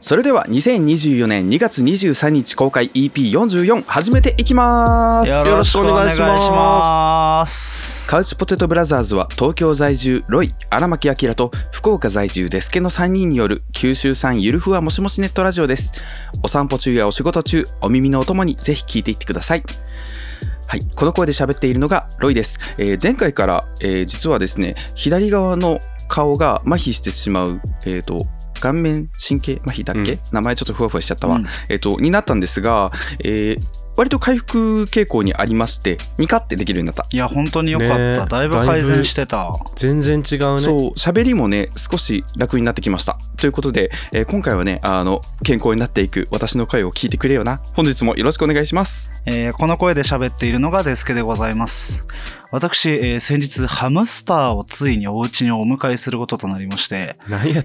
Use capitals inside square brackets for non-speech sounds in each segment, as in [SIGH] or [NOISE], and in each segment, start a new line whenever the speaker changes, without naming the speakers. それでは2024年2月23日公開 EP44 始めていきます
よろしくお願いします
カウチポテトブラザーズは東京在住ロイ荒牧明と福岡在住デスケの3人による九州産ゆるふわもしもしネットラジオですお散歩中やお仕事中お耳のお供にぜひ聞いていってくださいはい、この声で喋っているのがロイです、えー前回から、えー実はですね左側の顔が麻痺してしまう、えー、と顔面神経麻痺だっけ、
うん
名前ちょっとふわふわしちゃったわ、
うん
えー、とになったんですが、えー割と回復傾向にありましてニカってできるようになった、
いや本当によかった、
ねえ
だいぶ改善してた
全然違うね
そう喋りもね少し楽になってきましたということで、えー今回はねあの健康になっていく私の声を聞いてくれよな本日もよろしくお願いします
えーこの声で喋っているのがデスケでございます私、えー先日ハムスターをついにお家にお迎えすることとなりまして
なんやっ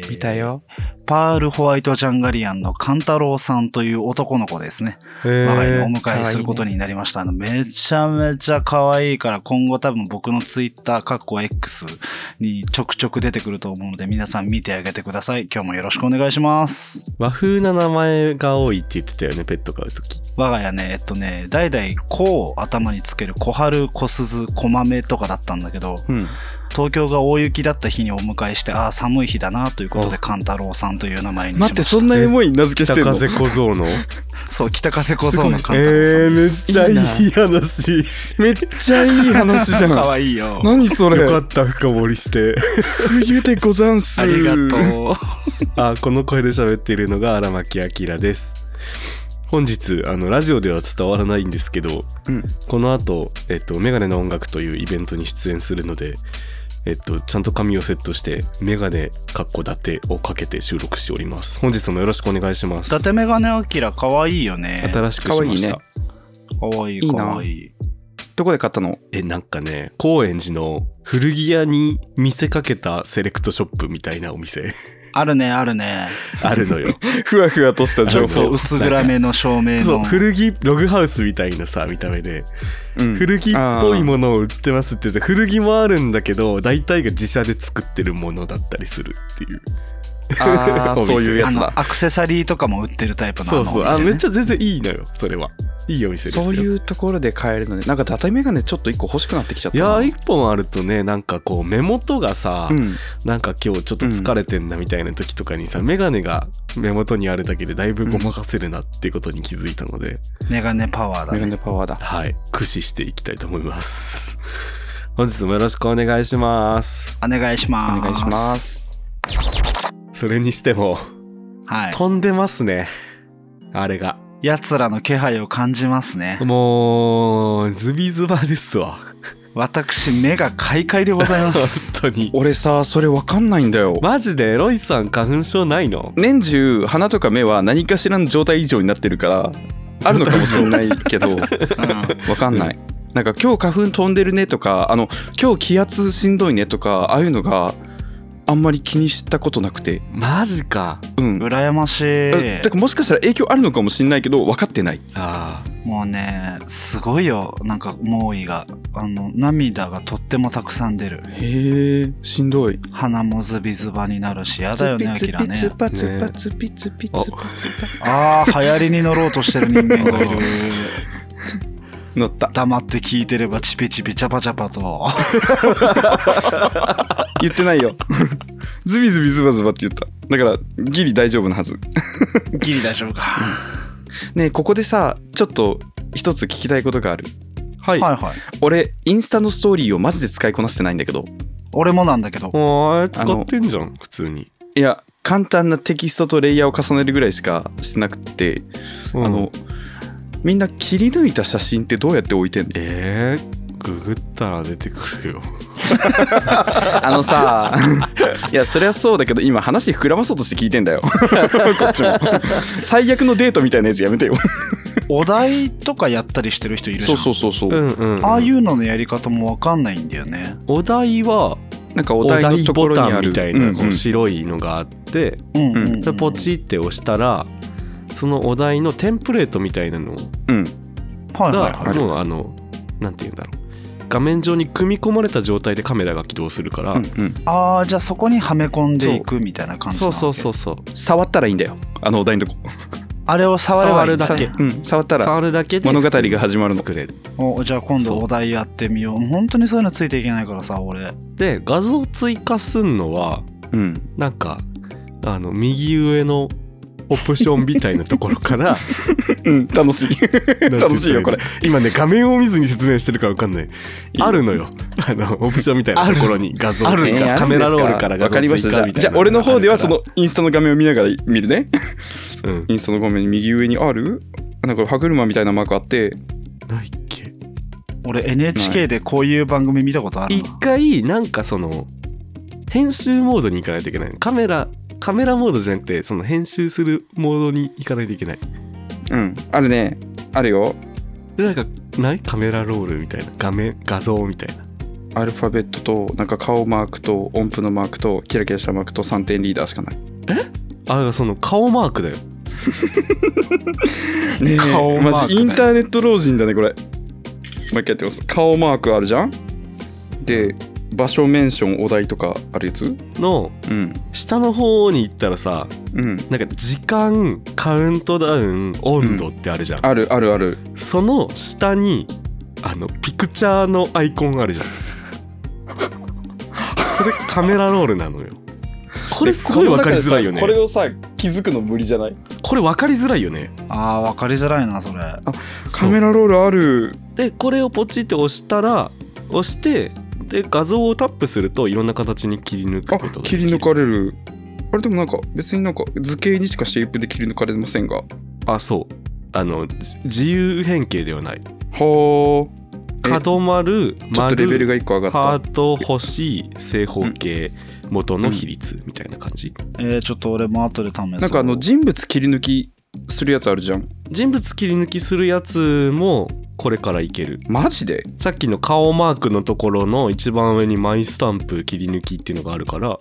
えー
見たよ
パールホワイトジャンガリアンのカンタロウさんという男の子ですね
え
我が家にお迎えすることになりました。あのめちゃめちゃ可愛いから、今後多分僕のツイッター、かっこ X にちょくちょく出てくると思うので、皆さん見てあげてください。今日もよろしくお願いします。
和風な名前が多いって言ってたよねペット飼う時
我が家ね、えっとね、代々子を頭につける小春、小鈴、小豆とかだったんだけど、
うん
東京が大雪だった日にお迎えして、ああ、寒い日だなということで、
お
勘太郎さんという名前にしま
待
し。
ったてそんなエモい名付けして
北
るの
風小僧の
そう、北風小僧の勘
え
太郎さ
ー、
ん
め
で
っ
す。
ちゃいい話
めっちゃいい話じゃ [LAUGHS] ん
[LAUGHS] 可愛いよ。
何それ
よかった深掘りして
冬でござんす
ありがと
う
う。
あこの声で喋っているのが荒牧明です本日あのラジオでは伝わらないんですけど
ん
この後、えっと、メガネの音楽というイベントに出演するので、えっと、ちゃんと髪をセットして、メガネかっこだてをかけて収録しております。本日もよろしくお願いします。
伊達メガネアキラ可愛いよね。
新しくしました。
かわ
可愛
い
い
いな
可愛いい。
どこで買ったの
え、なんかね、高円寺の古着屋に見せかけたセレクトショップみたいなお店 [LAUGHS]
あるねあるね。
あ
[LAUGHS]
るのよ。
ふわふわとした
ち
情
ょっと
報
薄暗めの
[LAUGHS]
照明
そう、
の。
古着、ログハウスみたいなさ、見た目で。
うん
古着っぽいものを売ってますって言って古着もあるんだけど大体が自社で作ってるものだったりするっていう
あー [LAUGHS]
お店
そういうや
あ
つ
の
だ
アクセサリーとかも売ってるタイプのあ
そ
の
うそう
お店
あ
ね
めっちゃ全然いいのよそれはいいお店ですよ
そういうところで買えるのねなんかだたメガネちょっと一個欲しくなってきちゃった
いや
な
ー1本あるとねなんかこう目元がさ、
うん
なんか今日ちょっと疲れてんなみたいな時とかにさ、メガネが目元にあるだけでだいぶごまかせるなってことに気づいたので、
メガネパワーだ
メガ
ね。
ネパワーだ
はい駆使していきたいと思います本日もよろしくお願いします
お願いし
お
ます。
願いしま。す
それにしても
はい。
飛んでますねあれが
奴らの気配を感じますね。
もうズビズバですわ
私目が開会でございま
本
す。
当に
俺さそれわかんないんだよ
マジでロイさん花粉症ないの
年中鼻とか目は何かしらの状態異常になってるからあるのかもしれないけどわ
[LAUGHS] うん
かんないなんか今日花粉飛んでるねとかあの今日気圧しんどいねとかああいうのがあんまり気にしたことなくて
マジか
うん
羨まし
だ
い
か。らもしかしたら影響あるのかもしれないけど分かってない
あー
もうね、すごいよ。なんか猛威が。あの、涙がとってもたくさん出る。
へえしんどい
鼻もズビズバになるし、やだよね、アキラね。
パ
ツパ
ツピツピツ
パツ
ああ、流行りに乗ろうとしてる人間がい [LAUGHS] る。
乗った
黙って聞いてればチピチピチャパチャパと。
言ってないよ [LAUGHS] ズビズビズバズバって言っただからギリ大丈夫なはず
ギリ大丈夫か。は
ねえここでさちょっと一つ聞きたいことがあるはい
はい。
俺インスタのストーリーをマジで使いこなせてないんだけど
俺もなんだけど。
あー使ってんじゃん普通に、
いや簡単なテキストとレイヤーを重ねるぐらいしかしてなくて、
うん
あのみんな切り抜いた写真ってどうやって置いてん
[LAUGHS]
の
えー、ググったら出てくるよ
あのさいやそりゃそうだけど今話膨らまそうとして聞いてんだ
[LAUGHS]
よこっちも最悪のデートみたいなやつやめてよ
お題とかやったりしてる人いるじゃ
そ
ん。
うそうそうそう、
んうん、
ああいうののやり方もわかんないんだよね。
お題は
なんかお
お
題の
題
とこ
ボ
ろに
タ
あ
ン
る
みたい
うんう
なんこう白いのがあって、
うんうん、うん。
でポチって押したらそのお題のテンプレートみたいなの
うん
はいはい
が
はい。
もうあのなんて言うんだろう画面上に組み込まれた状態でカメラが起動するから、
うんうん
ああじゃあそこにはめ込んでいくみたいな感じな
そう
わけ
そうそうそう
触ったらいいんだよあのお題のとこ、
あれを触ればいいんだ
触る
ね
だ
うん、触ったら
触るだけで
物語が始まるの
作れる
おじゃあ今度
そう
お題やってみようもう本当にそういうのついていけないからさ俺
で画像追加すんのは
うん
なんかあの右上のオプションみたいなところか
[LAUGHS]
ら
うん楽しい楽しいよこれ
今ね画面を見ずに説明してるから分かんない
よ
あるのよあのオプションみたいなところに画像追加
ある
えーあるんですか
カメラロールから画
わ
像
かりました
追
じ
加
ゃあ
みたい
じ
な
ゃあ俺の方ではそのインスタの画面を見ながら見るね
うん
インスタの画面に右上にあるなんか歯車みたいなマークあって
ないっけ
俺 NHK でこういう番組見たことある
一
な
回なんかその編集モードに行かないといけないカメラカメラモードじゃなくてその編集するモードに行かないといけない
うんあるねあるよ
でなんかないカメラロールみたいな画面画像みたいな
アルファベットとなんか顔マークと音符のマークとキラキラしたマークと3点リーダーしかない
あだからその顔マークだよ
ねえ
顔マークだよ
マジインターネット老人だねこれもう一回やってみます顔マークあるじゃんで場所メンションお題とかあるやつ
の
うん
下の方に行ったらさ
うん
なんか時間カウントダウン温度ってあるじゃん、
あるあるある
その下にあのピクチャーのアイコンある
[LAUGHS]
じゃんそれカメラロールなのよこれすごい分かりづらいよね
これをさ気づくの無理じゃない
これ分かりづらいよね
あー分かりづらいなそれ
カメラロールある
でこれをポチって押したら押してで画像をタップするといろんな形に切り抜く
あ
ことができ
切
る
り抜かれるあれでもなんか別になんか図形にしかシェイプで切り抜かれませんがは
あそうあのじ自由変形ではない
あちょ
角丸
っとレベル
丸
が1個上がった
ハート星正方形元の比率みたいな感じ、
えー、ちょっと俺も後で試す
なんかあの人物切り抜きするやつあるじゃん。
人物切り抜きするやつもこれからいける
マジで
さっきの顔マークのところの一番上にマイスタンプ切り抜きっていうのがあるから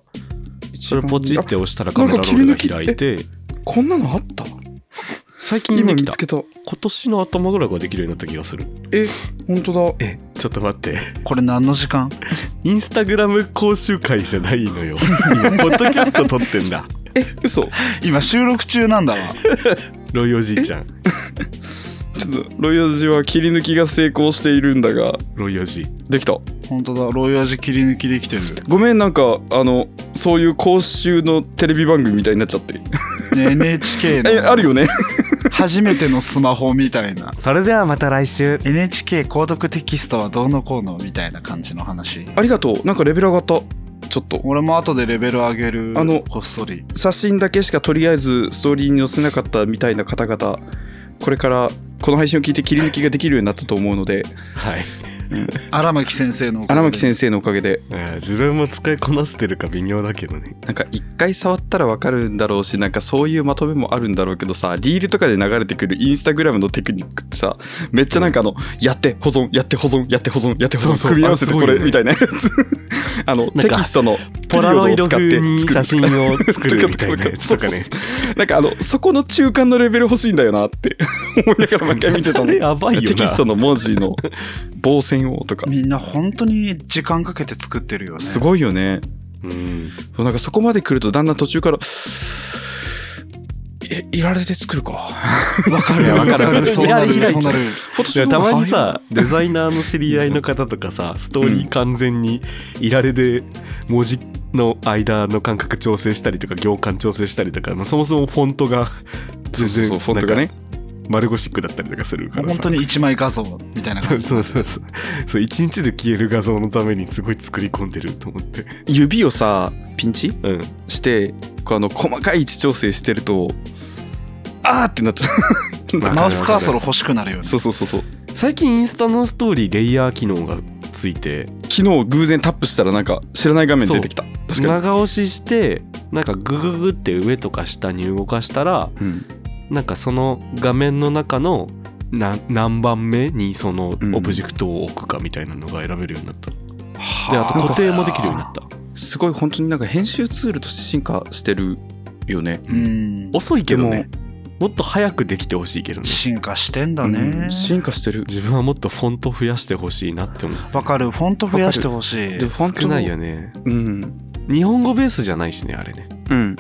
それポチって押したらカメラロールが開いて
あこんなのあった
最近
今
で
見
きた
つけた。
今年の頭ぐらいからできるようになった気がする
本当だ。
えちょっと待って
これ何の
[LAUGHS]
時間
インスタグラム講習会じゃないのよ今ポッドキャスト撮ってんだ
え、嘘。ち
今収録中なんだわ
ロイおじいちゃん
ょっと、ロイヤルジは切り抜きが成功しているんだが、
ロイおじい
できた。
本当だロイヤルジ切り抜きできてる
ごめん、なんか、あの、そういう公衆のテレビ番組みたいになっちゃって。
ね NHK
[LAUGHS] え、あ
の
るよね。
初めてのスマホみたいな
それではまた来週
NHK 購読テキストはどうのこうのみたいな感じの話
ありがとう。なんかレベル上がった。ちょっと。
俺も後でレベル上げる
あの
こっそり
写真だけしかとりあえずストーリーに載せなかったみたいな方々、これからこの配信を聞いて切り抜きができるようになったと思うので、
はい
荒牧先生のおかげで
荒牧先生のおかげで、
えー自分も使いこなせてるか微妙だけどね
なんか一回触ったらわかるんだろうしなんかそういうまとめもあるんだろうけどさリールとかで流れてくるインスタグラムのテクニックってさめっちゃなんかあの、やって保存やって保存やって保存やって保
そう
存
そう
組み合わせてこ
あ
れ
れすごいよね
みたいなやつ [LAUGHS] あの
なん
テ
か
キストの
[LAUGHS] ポラロイド風に写真
を
を作るみたいなやつとかね
なんかあのそこの中間のレベル欲しいんだよなって思いながら毎回見てた
あ
の
れやばいよな
テキストの文字の棒線をとか
みんな本当に時間かけて作ってるよね
すごいよね
うん
そうなんかそこまで来るとだんだん途中からえいられて作るか
わかる
いや
わ
わ
か
か
る
る
わ
[LAUGHS]
かるそうなる
いや
そうなる
フォト
い
ショ
や
ー
た
の
まにさデザイナーの知り合いの方とかさストーリー完全にいられで文字の間の間隔調整したりとか行間調整したりとか、まあ、そもそもフォントが全
そう
然
そうフォントがね
丸ゴシックだったりとかするからさ
本当に一枚画像みたいな感じ
[LAUGHS] そうそうそうそう一日で消える画像のためにすごい作り込んでると思って
指をさピンチ
うん
してこうあの細かい位置調整してるとあーってなっちゃう
ま
な
あ
んか
マウスカーソル欲しくなるよね
そうそうそうそう
最近インスタのストーリーレイヤー機能がついて
昨日偶然タップしたらなんか知らない画面出てきた確か
長押ししてなんかグググって上とか下に動かしたら
に、うん、
なんかその画面の中のな何番目にその
うん
オブジェクトを置くかみたいなのが選べるようになった、で
で
あと固定もできるようになった
すごい本当になんか編集ツールとして進化してるよね
うん
遅いけ
で
ど
も
ねもっと早くできてほしいけどね
進化してんだ
う
ね
ん。進化してる
自分はもっとフォント増やしてほしいなって思う
わかる。フォント増やしてほしい
で。フォント
少ないよね
うん
日本語ベースじゃないしねあれね
うん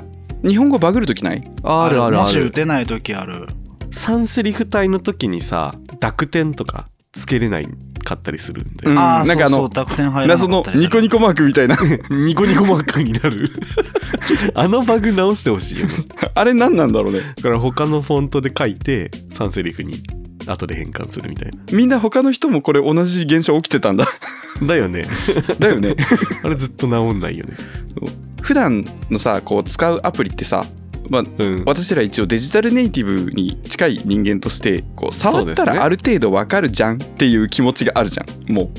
日本語バグるときない
あるあるあ
文字打
る
てない時ある。
3セリフ体の時にさ濁点とかつけれないかったりするんだ
う
よ
ん、
ああ、
なんかあの
そうそう濁点入らな
謎
か
の
ったりす
ニ
る
コニコマークみたいな [LAUGHS]
ニコニコマークになる [LAUGHS] あのバグ直してほしいよね
あれ何なんだろうね
だから他のフォントで書いて3セリフに後で変換するみたいな
みんな他の人もこれ同じ現象起きてたんだ [LAUGHS]
だよね
だよね [LAUGHS]
あれずっと直んないよね
普段のさこう使うアプリってさ、まあ、
うん
私ら一応デジタルネイティブに近い人間としてこう触った
そうですね
らある程度わかるじゃんっていう気持ちがあるじゃんもう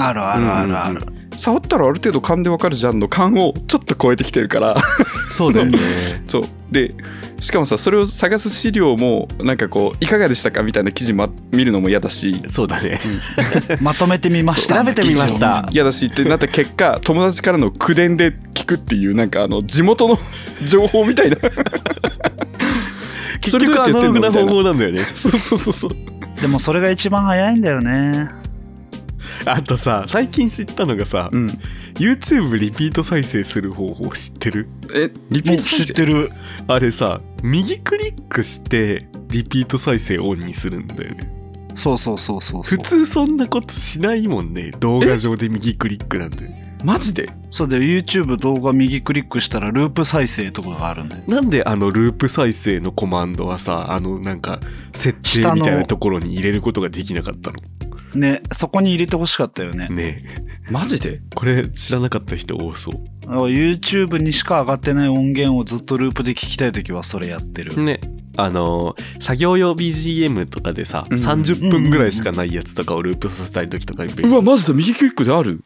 あるあるあるある。
触ったらある程度勘でわかるじゃんの勘をちょっと超えてきてるから
そうだよね
そうでしかもさそれを探す資料もなんかこういかがでしたかみたいな記事、ま、見るのも嫌だし
[LAUGHS] そうだね
まとめてみました。
調べてみました
嫌だしってなった結果友達からの口伝で聞くっていうなんかあの地元の [LAUGHS] 情報みたいな
[LAUGHS] 結局アナログな方法なんだよね
そうそうそうそう
でもそれが一番早いんだよね。
あとさ最近知ったのがさ、
うん
YouTube リピート再生する方法知ってる
えリピート再生
てる。
あれさ右クリックしてリピート再生オンにするんだよね
そうそうそうそうそう。
普通そんなことしないもんね動画上で右クリックなんて
マジで
そうだよ。YouTube 動画右クリックしたらループ再生とかがあるんだよ。
なんであのループ再生のコマンドはさあのなんか設定みたいなところに入れることができなかったの
ね、そこに入れてほしかったよね。
ねえ
マジで
これ知らなかった人多そう
だから YouTube にしか上がってない音源をずっとループで聞きたいときはそれやってる。
ねあのー作業用 BGM とかでさ、
うん
30分ぐらいしかないやつとかをループさせたい時とかに
うわマジで右クリックである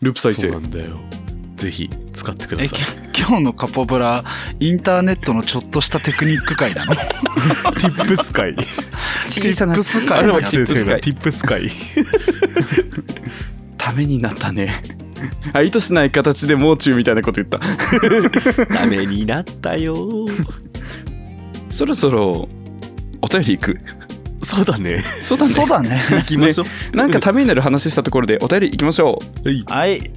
ループ再
そ
生
うなんだよぜひ使ってくだ
え、
さ
き [LAUGHS]
い
今日のカポブラ、インターネットのちょっとしたテクニック会な
[LAUGHS]
の
ティップス会
小さな
ティップス
あ
会
れ
の
は
や
先生のティップス会
ためになったね [LAUGHS] あ意図しない形でもう中みたいなこと言った
ダメになったよ
そろそろお便りいく
そうだね
そうだね
そうだね。
行きましょう、
なんかためになる話したところでお便りいきましょう
はい
はい。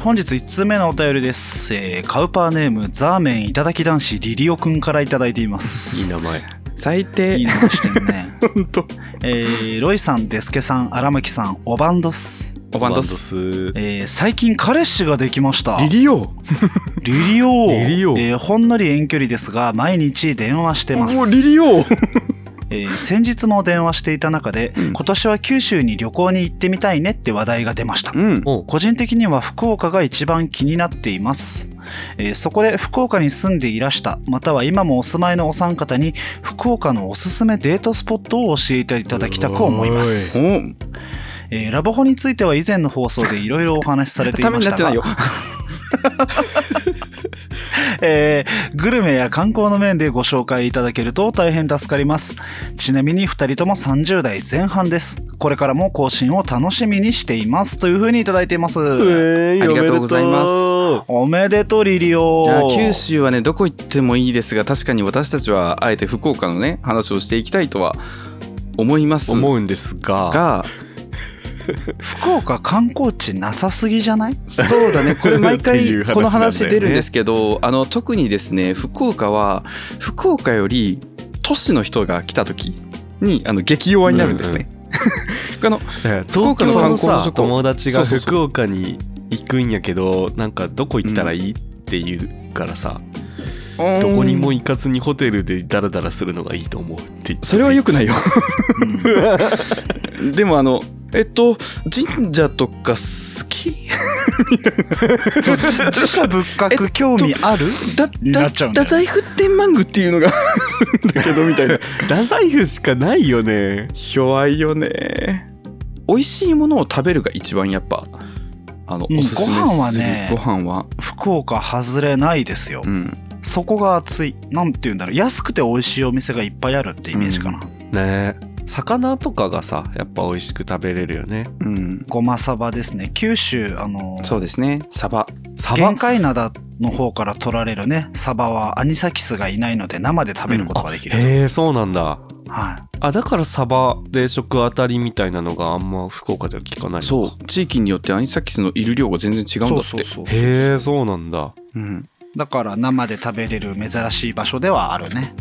本日1通目のお便りです。えーカウパーネーム、ザーメンいただき男子リリオくんからいただいています。
いい名前
最
いい
低
名前してるね。
[LAUGHS] 本当
えーロイさん、デスケさん、荒牧さん、おばんどす。
おばんど
バンド
す
スリ
えー最近彼氏ができました。
リリオ
リリオー
リリオー
えーほんのり遠距離ですが、毎日電話してます。
おリリオ
えー先日も電話していた中で、
うん
今年は九州に旅行に行ってみたいねって話題が出ました。
うん
お
個人的には福岡が一番気になっています、えーそこで福岡に住んでいらしたまたは今もお住まいのお三方に福岡のおすすめデートスポットを教えていただきたく思います、
お
えーラブホについては以前の放送でいろいろお話しされて
[LAUGHS]
い
た
ま
め
し
にな
た
って
が
ないよ
えーグルメや観光の面でご紹介いただけると大変助かりますちなみに2人とも30代前半ですこれからも更新を楽しみにしていますというふうにいただいています、
え
ありがとうございます
お
おめでとうリリオ
いや九州はねどこ行ってもいいですが確かに私たちはあえて福岡のね話をしていきたいとは思います
めでとう思うんですが
が
福岡観光地なさすぎじゃない
そうだねこれ毎
って
回
いう話なんだよね
この話出るんですけど、あの特にですね福岡は福岡より都市の人が来た時にあの激弱になるんですね。あ [LAUGHS] の
東京の
福岡の観光の
さ
とこ
友達
そ
が
うそうそう
福岡に行くんやけどなんかどこ行ったらいいって言うからさ、どこにも行かずにホテルでダラダラするのがいいと思うって言って
それは良くないよ。
うん
でもあのえっと神社とか好き
ちょ自 [LAUGHS] 自社仏閣興味ある
だ
な
だ
っちゃうんだ
太
よ
宰府天満宮っていうのがあるんだけどみたいな。
太宰府しかないよね
弱いよね。美味しいものを食べるが一番やっぱあの、
うん
おすすめする
ご飯はね
ご飯は
福岡外れないですよ、
うん。
そこが熱いなんて言うんだろう安くて美味しいお店がいっぱいあるってイメージかな、
ね魚とかがさやっぱ美味しく食べれるよね
うん、
ごまサバですね九州あの
そうですね。サバ。
サバ
玄界灘の方から取られるね、サバはアニサキスがいないので生で食べることができると。
へえそうなんだ
は
あだからサバで食あたりみたいなのがあんま福岡では聞かないのか
そう地域によってアニサキスのいる量が全然違うんだって
い。そうそうそう。
へえそうなんだ
うん、
だから生で食べれる珍しい場所ではあるね。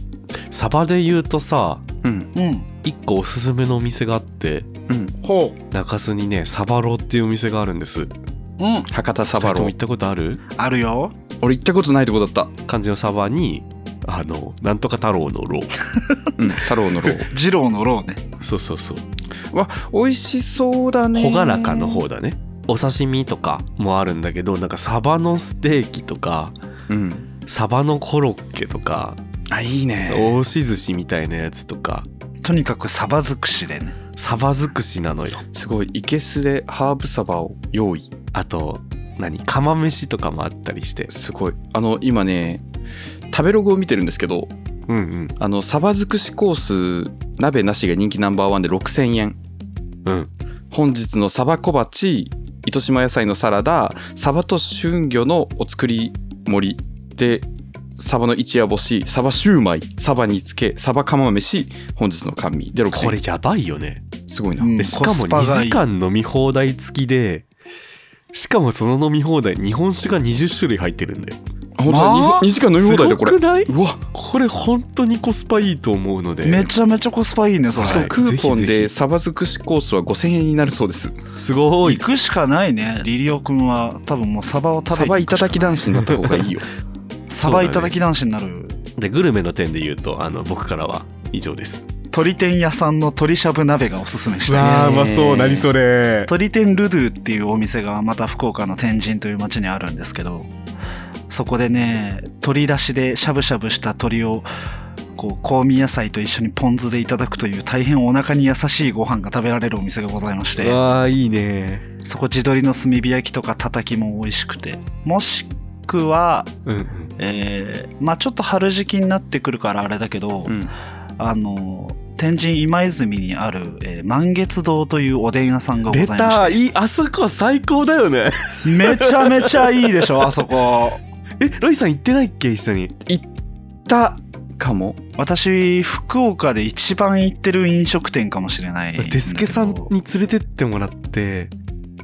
サバで言うとさ
うん
うん。
一個おすすめのお店があって
うん、
ほう。
中洲にねサバロっていうお店があるんです
うん。
博多サ
サ
バ
バ
ロ
ロ
ー
行ったことある
あるよ。
俺行ったことないとこだった、
漢字のサバにあのなんとか太郎のロー
うん、太郎のロー
二郎のローね。
そうそうそう
わ [LAUGHS] 美味しそうだね
[LAUGHS] 朗らかの方だねお刺身とかもあるんだけどなんかサバのステーキとか
うん
サバのコロッケとか
あいいね
押し寿司みたいなやつとか
とにかくサバ尽くしでね。
サバ尽くしなのよ
すごいいけすでハーブサバを用意
あと何釜飯とかもあったりして
すごいあの今ね食べログを見てるんですけど
うんうん
あのサバ尽くしコース鍋なしが人気ナンバーワンで6000円
うん
本日のサバ小鉢糸島野菜のサラダサバと春魚のお作り盛りでサバの一夜干しサバシューマイサバ煮つけサバ釜飯本日の甘味で
こ
6000
れ
円
やばいよね
すごいな、
うん
でしか
コ
も
スパ
2
がいい
時間飲み放題付きでしかもその飲み放題日本酒が20種類入ってるんで
あ本当だ
まあ
2, 時間飲み放題だこれ
すごくないう
わ
これ本当にコスパいいと思うので
めちゃめちゃコスパいいね、それ。
しかもクーポン
ぜひぜ
で
ひ
サバ尽くしコースは5000円になるそうです
すごい
行くしかないね。リリオくんは多分もうサバを食べ
サ
に行
バ
く
い
しか
ただき男子になった方が
[LAUGHS]
いいよ
サバいただき男子になる。
でグルメの点で言うとあの僕からは以上です
鳥天屋さんの鳥しゃぶ鍋がおすすめしたいね
わあうまそう何そ
れ
鳥天ルドゥっていうお店がまた福岡の天神という町にあるんですけどそこでね鶏出しでしゃぶしゃぶした鶏をこう香味野菜と一緒にポン酢でいただくという大変お腹に優しいご飯が食べられるお店がございまして
わあいいね
そこ地鶏の炭火焼きとかたたきも美味しくてもしくは、
うんうん
えーまあちょっと春時期になってくるからあれだけど、
うん
あの天神今泉にある、えー満月堂というおでん屋さんがございまして
いいあそこ最高だよね
めちゃめちゃいいでしょ、あ [LAUGHS] そこ。
[LAUGHS] えロイさん行ってないっけ一緒に
たかも
私、福岡で一番行ってる飲食店かもしれないんだけど。
デスケさんに連れてってもらって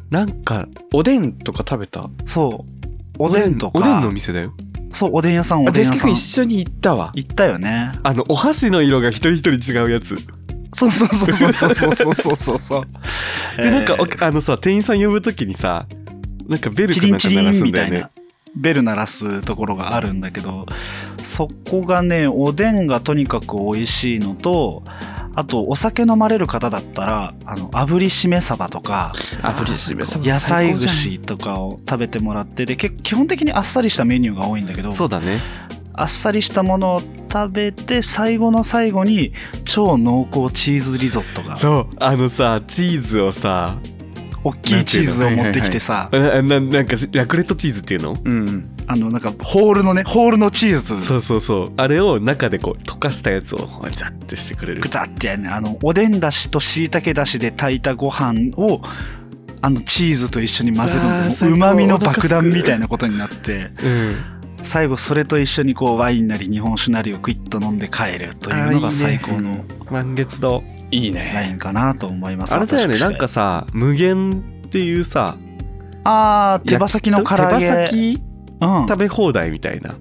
なんか
おでんとか食べた
そう。おでんとか。
おでんのお店だよ
そう、おでん屋さん、お
あデ
でん
ス
屋
ケ
さん
君一。緒に行ったわ
行ったよね。
あのお箸の色が一人一人違うやつ
そうそうそうそう
[LAUGHS]
そうそうそうそうそう。
でなんか、
え
お
ー
あのさ店員さん呼ぶときにさなんかベル
チ
か
リ
な
ン
んか
チリ
鳴ら
ン
すん
み
だ
た
よ
い
ね
な。ベル鳴らすところがあるんだけど、そこがね、おでんがとにかく美味しいのと、あとお酒飲まれる方だったら、あの炙りしめ鯖とか、
あフリスメさん
野菜
最高じ
串とかを食べてもらってで結基本的にあっさりしたメニューが多いんだけど
そうだね
あっさりしたものを食べて最後の最後に超濃厚チーズリゾットが
そうあのさチーズをさ
大きいチーズを持ってきてさ
なななんかしラクレットチーズっていうの
ゃんうん
あのなんかホールのねホールのチーズ
そうそうそうあれを中でこう溶かしたやつをザッてしてくれる
グザってやるねあのおでんだしとしいたけだしで炊いたご飯をあのチーズと一緒に混ぜる
あー
の
最
で
高
うまみの
お腹すく
爆弾みたいなことになって
うん
最後それと一緒にこうワインなり日本酒なりをクイッと飲んで帰るというのが最高の
満月堂
いい
ライ
ね
ンかなと思います。
あれだよね
私
なんかさ無限っていうさ
あー手羽先の唐揚げ
手羽先
うん
食べ放題みたいな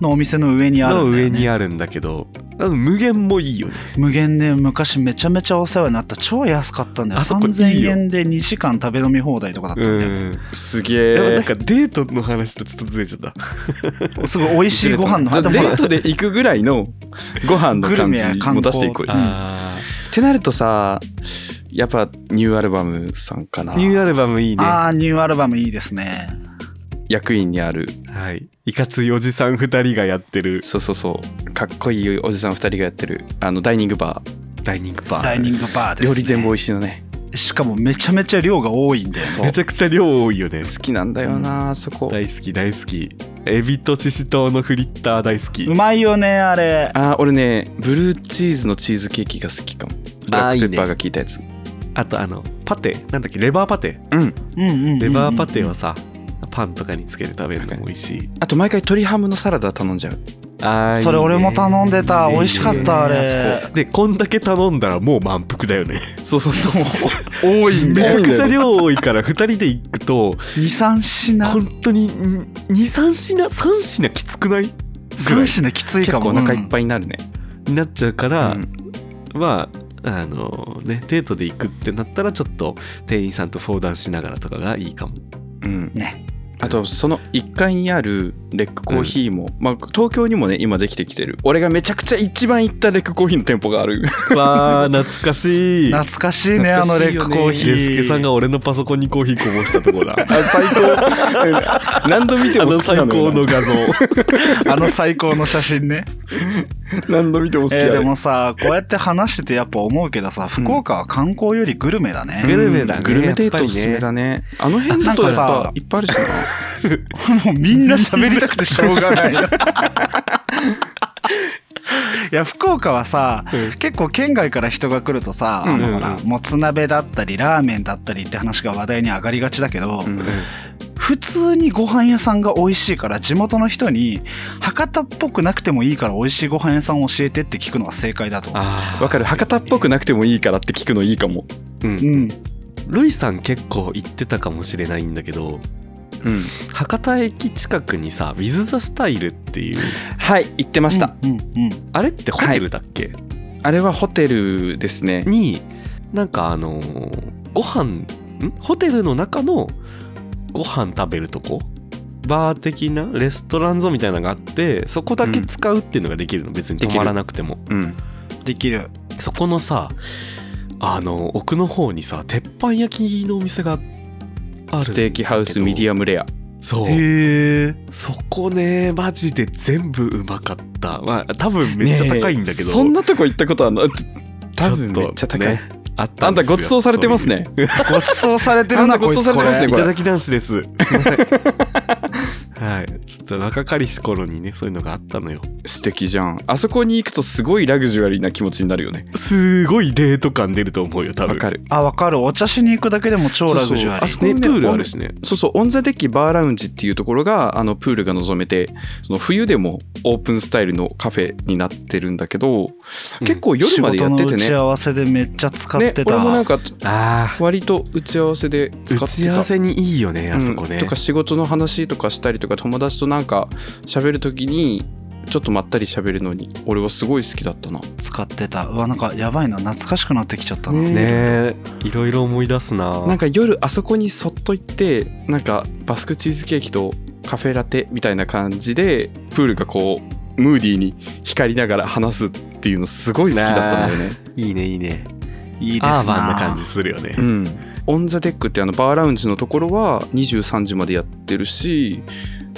のお店の上にある
の
んだよ
上
ね
にあるんだけどあの無限もいいよね
無限で昔めちゃめちゃお世話になった超安かったんだよ
あそこいい
3000
よ
円で2時間食べ飲み放題とかだったんだよ、
ん
す
でも
げ
なん
え
かデートの話とちょっとずれちゃった
すごい美味しいご飯の
[LAUGHS]
じゃあ
話
デートで行くぐらいのご飯の感じも出していこうよ
グルメや観光
あ
ってなるとさやっぱニューアルバムさんかな
ーニューアルバムいいねは
ああニューアルバムいいですね
役員にある
いいかついおじさん2人がやってる
そうそうそうかっこいいおじさん2人がやってるあのダイニングバ
ダイニングバ
ダ
ー
イニングバー
ー
です、ね、
料理全部美味しいのね
しかもめちゃめちゃ量が多いんで
そう
めちゃくちゃ量多いよね
好きなんだよなあそこ
大好き大好きエビとシシトウのフリッター大好き
うまいよねあれ
あー俺ねブルーチーズのチーズケーキが好きかもブラ
あ
ッ
ーいい
クペ
ね
ッパーが効いたやつ
あとあのパテなんだっけレバーパテ
うん
うんうんうんうん
レバーパテをさ、パパンとかにつけて食べるのも美味しい。
あと毎回鶏ハムのサラダ頼んじゃう
あー
それ俺も頼んでた
いいね
美味しかったあれ
で、こんだけ頼んだらもう満腹だよね。
[LAUGHS] そうそうそう多い
[LAUGHS] めちゃくちゃ
量
量多いから2人で行くと
23品
本当に23品3品きつくない
3品きつい
結
か
構
も
お腹いっ
い
ぱいになるね、
になっちゃうか
う
ら、
ん
まああのねデートで行くってなったらちょっと店員さんと相談しながらとかがいい
[LAUGHS]
かも
うん
ね
あとその1階にあるレックコーヒーも、まあ、東京にもね今できてきてる俺がめちゃくちゃ一番行ったレックコーヒーの店舗がある
わあ懐かしい
懐かしいねあのレックコーヒー
デスケさんが俺のパソコンにコーヒーこぼしたと
[LAUGHS]
こだあ
あ最高 [LAUGHS] 何度見ても
の
好きな
最
のよ
高の画
[LAUGHS]
像
あの最高の写真ね
何度見ても好き
えー
だ
で
よ、
もさこうやって話しててやっぱ思うけどさ福岡は観光よりグルメだね、
グルメだね
グルメデートおすすめだねあの辺だとやっ
なんか
ぱ
さ
いっぱいあるしな
もうみんな喋りたくてしょうがない。いや福岡はさ、
うん
結構県外から人が来るとさ、
うん
あのほ
うん
らもつ鍋だったりラーメンだったりって話が話題に上がりがちだけど、
うん
普通にご飯屋さんが美味しいから地元の人に博多っぽくなくてもいいから美味しいご飯屋さんを教えてって聞くのは正解だと思う。
[LAUGHS] あ
わかる博多っぽくなくてもいいからって聞くのいいかも、
う
うんん、
ルイさん結構行ってたかもしれないんだけど
うん、
博多駅近くにさ「ウィズ・ザ・スタイル」っていう
はい行ってました、
うんうん
あれってホテルだっけ、
あれはホテルですね
になんかあのーご飯んホテルの中のご飯食べるとこバー的なレストランぞみたいなのがあってそこだけ使うっていうのができるの、別に
でき
泊
る
まらなくても
うん
で
[LAUGHS]
きる。
そこのさあの奥の方にさ鉄板焼きのお店があるんだけど
ステーキハウスミディアムレア
そう
へえ。
そこねマジで全部うまかったまあ多分めっちゃ高いんだけ
ね
ど、
えそんなとこ行ったことあるのちょ多分めっちゃ高い、
ねあったですよ
あんたごちそうされてますね
ごちそうされてる
あ
な
た
ん
ご
こ
ち
い
そう
つこ
されてます
れ
ね。
いただき男子です。すいません。 [LAUGHS] はい。ちょっと若かりし頃にね、そういうのがあったのよ。
素敵じゃんあそこに行くとすごいラグジュアリーな気持ちになるよね
すごいデート感出ると思うよ、多分。
わかる
あわかる。お茶しに行くだけでも超ラグジュア
そうそう
リー。
あそこ
ね、
に
プ
ね
ールあるしね。
そうそうオン・ザ・デッキバーラウンジっていうところがあのプールが望めてその冬でもオープンスタイルのカフェになってるんだけど、結構夜までやってて
仕事の打
ね
ち合わせでめっちゃ使っ
ね
てた、
俺もなんか
あ
割と打ち合わせで使ってた
打ち合わせにいいよね、あそこね。
うんとか仕事の話とかしたりとか友達となんか喋るときにちょっとまったり喋るのに俺はすごい好きだったな
使ってたうわなんかやばいな懐かしくなってきちゃったな、
ね
ねいろいろ思い出すな。
なんか夜あそこにそっと行ってなんかバスクチーズケーキとカフェラテみたいな感じでプールがこうムーディーに光りながら話すっていうのすごい好きだったんだよね。
いいね、いいね。
いいですな
アーバンな感じするよね
う。ん、オン・ザ・デックってあのバーラウンジのところは23時までやってるし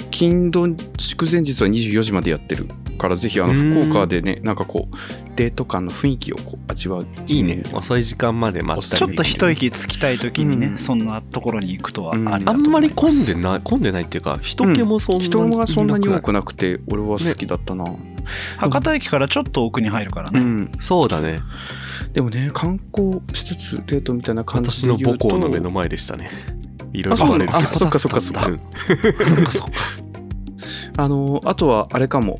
金土祝前日は24時までやってるからぜひあの
うん
福岡でねなんかこうデート感の雰囲気をこう味わう
いいね。遅い時間まで待ったり
ちょっと一
息。
息つきたい時にね、
うん
そんなところに行くとはあ
う
り
ん
だと思いま
あ
す
んまり混んでない、混んでないっていうか、人気もそんなに、
人がそんなに多
い
くなくて俺は好きだったな、
博多駅からちょっと奥に入るから
う
ね、
ん、
そうだね。
でもね観光しつつデートみたいな感
私
じで
の
言
母
うと
校の目の前でしたね。いろい
あ
ろ
そう
あ
な
る
のあそっかそっかそっか
うん
そっかそっか
あのあとはあれかも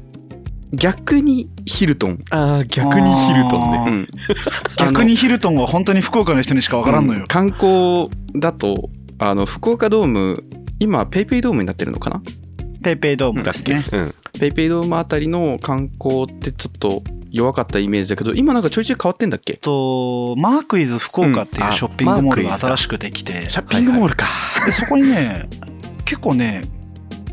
逆にヒルトン、
あー逆にヒルトン
あ
ね
ー
[LAUGHS]
ん、
逆にヒルトンは本当に福岡の人にしかわからんのよ、
うん観光だとあの福岡ドーム今ペイペイドームになってるのかな
ペイペイドームですね、
うん
ペイペイドームあたりの観光ってちょっと弱かったイメージだけど今なんかちょいちょい変わってんだっけ
とマークイズ福岡って
うん
い
あ
うショッピングモール
マークイ
が
ズだ
新しくできて、
ショッピングモールか、
でそこにね結構ね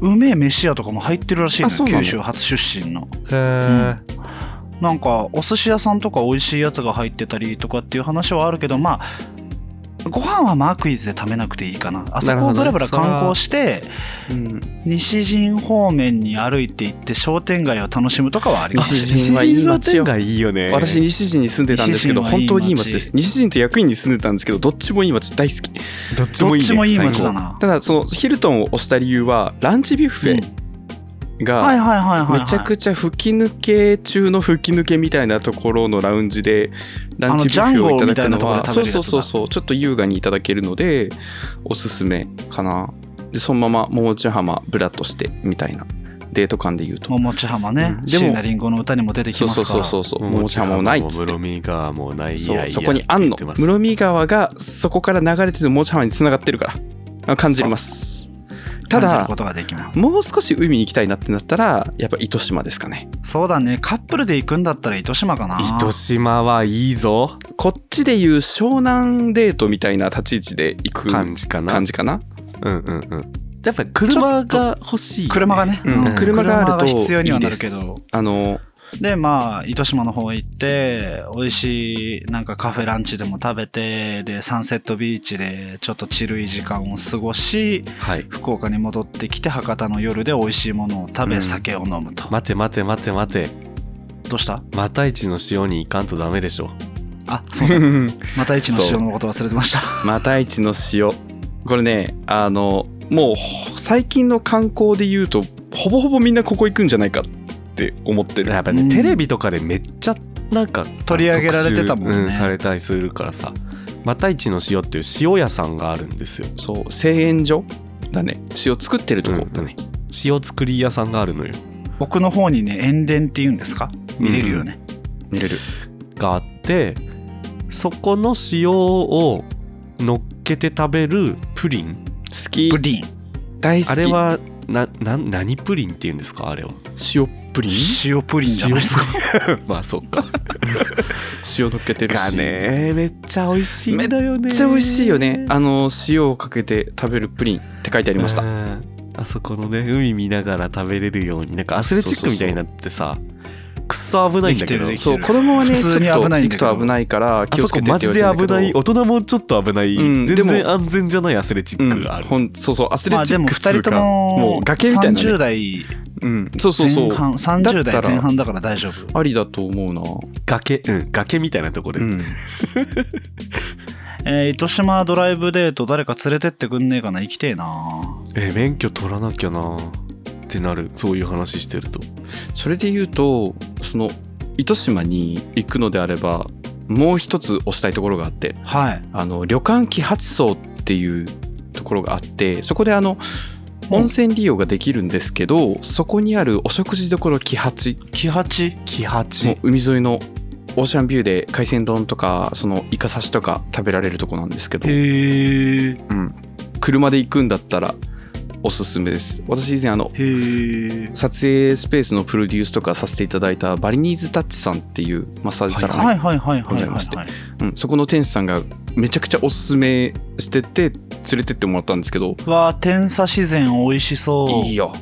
うめえ飯屋とかも入ってるらしいの
あそう
よ
なの
九州初出身の
へー
なんかお寿司屋さんとか美味しいやつが入ってたりとかっていう話はあるけどまあご飯はマークイズで食べなくていいかなあそこをブラブラ観光して、
うん、
西陣方面に歩いて行って商店街を楽しむとかはありま
西
す
陣はいい
西
街
陣
よ
がいいよね
私西陣に住んでたんですけど
西陣は
本
いい街
当にいい街です西陣と役員に住んでたんですけどどっちもいい街大好き
どっち
ど
も
っ
いい,、ね、
ちもいい街
最
だ
高
な、
ただそのヒルトンを押した理由はランチビュッフ
うん
ェ
はい
が
はいはいはい、はい、
めちゃくちゃ吹き抜け中の吹き抜けみたいなところのラウンジでランチビュッフェをいただく
あのジャンゴみたいな
の
ところ
は
で食
そう
べるやつ
そ
だ
うそうそうちょっと優雅にいただけるのでおすすめかなでそのまま桃地浜ブラッとしてみたいなデート感で言うと
桃地浜ね、
うんでも
椎名林檎の歌にも出てき
そう
ますか
そう
ら。
そうそうそう桃地浜もないっつって
室見川もない
そう
いやいや
そこにあんの
って言ってます
室見川がそこから流れてる桃地浜に繋がってるからあ感じれますた
感じる
だ
ことができます
もう少し海に行きたいなってなったらやっぱ糸島ですかね
そうだね、カップルで行くんだったら糸島かな。
糸島はいいぞ
こっちでいう湘南デートみたいな立ち位置で行く
感じかな
感じかな
うんうんうんやっぱり車が欲しい、
車がね、
うん
うん
車があると
車必要にはい
い
な
で
る
す
けど。
あの
で、まあ、糸島の方行って、美味しい、なんかカフェランチでも食べて、で、サンセットビーチでちょっとチルい時間を過ごし、
はい
福岡に戻ってきて、博多の夜で美味しいものを食べ、
うん
酒を飲むと。
待て待て待て待て
どうした
また一の塩に行かんとダメでしょ
あ、す
[LAUGHS]
いません。また一の塩のこと忘れてました。
また一の塩これねあのもうほ最近の観光で言うとほぼほぼみんなここ行くんじゃないかって思ってる
やっぱね、
うん
テレビとかでめっちゃなんか
取り上げられてたもんね
特集うされたりするからさまた一の塩っていう塩屋さんがあるんですよ
そう製塩所だね塩作ってるとこだね、
塩作り屋さんがあるのよ
奥の方にね、塩田って言うんですか見れるよね。
見れる
があってそこの塩を乗っけて食べるプリン
好き
プリン。
大好き
あれはなな何プリンっていうんですかあれは
塩プリン
塩プリンじゃないですか。
塩 [LAUGHS] まあそっか
塩乗っけてるし
がねめっちゃ美味しいんだよね
めっちゃ美味しいよねあの塩をかけて食べるプリンって書いてありました
うんあそこのね海見ながら食べれるようになんかアスレチックみたいになってさくっそ危ないんだけど
できてるできて
そう子供はねちょ
普
っ
通
と
に危ない
行く
んだけど
と危ないから
あ
気を
そ
つけて
こ
って
マ
言
ジ
わ
で
れてるんだけ
危
ど
ない大人もちょっと危ない、
うんで
全
も
然安全じゃないアスレチックがある、
うん、ほんそうそうアスレ
まあ
チ
で
ッ
も
クっつ
2
う
人と
か
も
もう崖みたいな、
30
ね
代
うん、そうそう
前
そう
半
だっ
30
たら
代前半だから大丈夫
ありだと思うな
崖、うん、崖みたいなとこで、
うん
えー糸島ドライブデート誰か連れてってくんねえかな行きてえな
え免許取らなきゃなってなるそういう話してると
それで言うとその糸島に行くのであればもう一つ推したいところがあって
はい
あの旅館揮発層っていうところがあってそこであの
うん
温泉利用ができるんですけど、そこにあるお食事処揮発
喜八
喜
もう
八
海沿いのオーシャンビューで海鮮丼とかそのイカ刺しとか食べられるとこなんですけど
へえ
うん、車で行くんだったらおすすめです私以前あの
へえ
撮影スペースのプロデュースとかさせていただいたバリニーズタッチさんっていうマッサージサロン、
はいはいはいはいはい
ございまして
はい
うん、そこの店主さんがめちゃくちゃおすすめしてて連れてってもらったんですけど
わー天差自然美味しそう
いいよ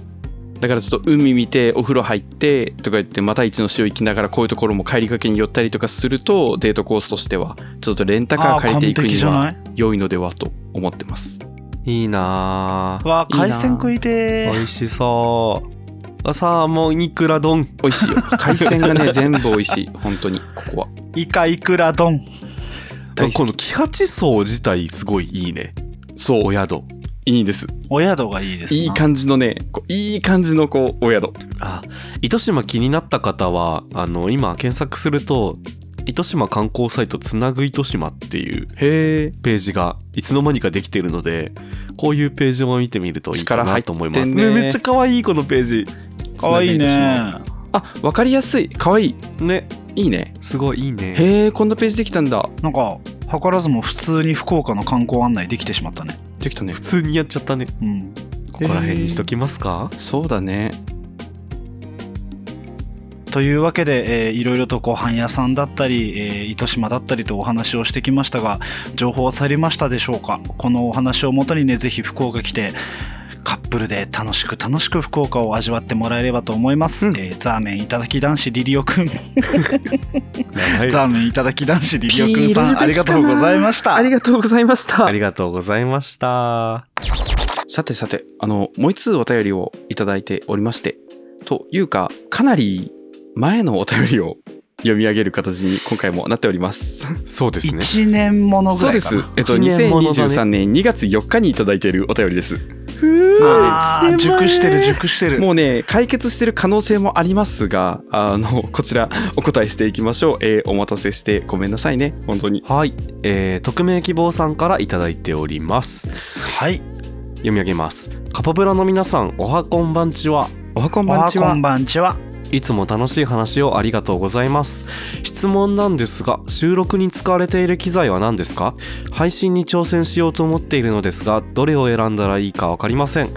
だからちょっと海見てお風呂入ってとか言ってまた一の塩行きながらこういうところも帰りかけに寄ったりとかするとデートコースとしてはちょっとレンタカー
あー
借り
完
ていく
璧
に
じゃ
は
ない
良いのではと思ってます
いいなあ
わー
いい
海
な
鮮食いて
美
ー
味しそうあサーモンイクラ丼
美味 [LAUGHS] しいよ海鮮がね全部美味しい本当にここは
イカイクラ丼
大好き
この喜八荘自体すごいいいね
そう
お宿
いいです。
お宿がいいですない
い感じのね、こういい感じのこうお宿。
あ糸島気になった方はあの今検索すると糸島観光サイトつなぐ糸島っていう
へえ。
ページがいつの間にかできているのでこういうページも見てみるといいか
力入
な
って
と
ん
思
ね
いますねめっちゃ可愛いこのページ
かわいいね
あ、わかりやすい。かわいい。
ね
いいね。
すごいいいね
へえ、こんなページできたんだ。
なんか図らずも普通に福岡の観光案内できてしまったね
できたね
普。通にやっちゃったね
うん
ここら辺にしときますか
そうだね。
というわけで、えーいろいろとご飯屋さんだったり、えー糸島だったりとお話をしてきましたが情報は足りましたでしょうかこのお話をもとにねぜひ福岡来てカップルで楽しく楽しく福岡を味わってもらえればと思います、
うん
えーザーメンいただき男子リリオくん、
はい
ザーメンいただき男子リリオくんさ
ピー入れるべきか
ん
な
ありがとうございました
ありがとうございました
あ。りがとうございました
さてさて、あの、もう一通お便りをいただいておりまして、というか、かなり前のお便りを読み上げる形に [LAUGHS] 今回もなっております。
そうですね
1年ものぐ
そう
ら
で
いか
す
な。
えっと、
一年ものだね
2023年2月4日にいただいているお便りです。
あー熟してる熟してる
もうね解決してる可能性もありますがあのこちらお答えしていきましょう、えーお待たせしてごめんなさいね本当に
はい、えー、匿名希望さんからいただいております
はい
読み上げますカポブラの皆さんおはこんばんちは
おはこん
お
ばん
は
ち
こ
は
んばんちは。
いつも楽しい話をありがとうございます質問なんですが収録に使われている機材は何ですか配信に挑戦しようと思っているのですがどれを選んだらいいか分かりません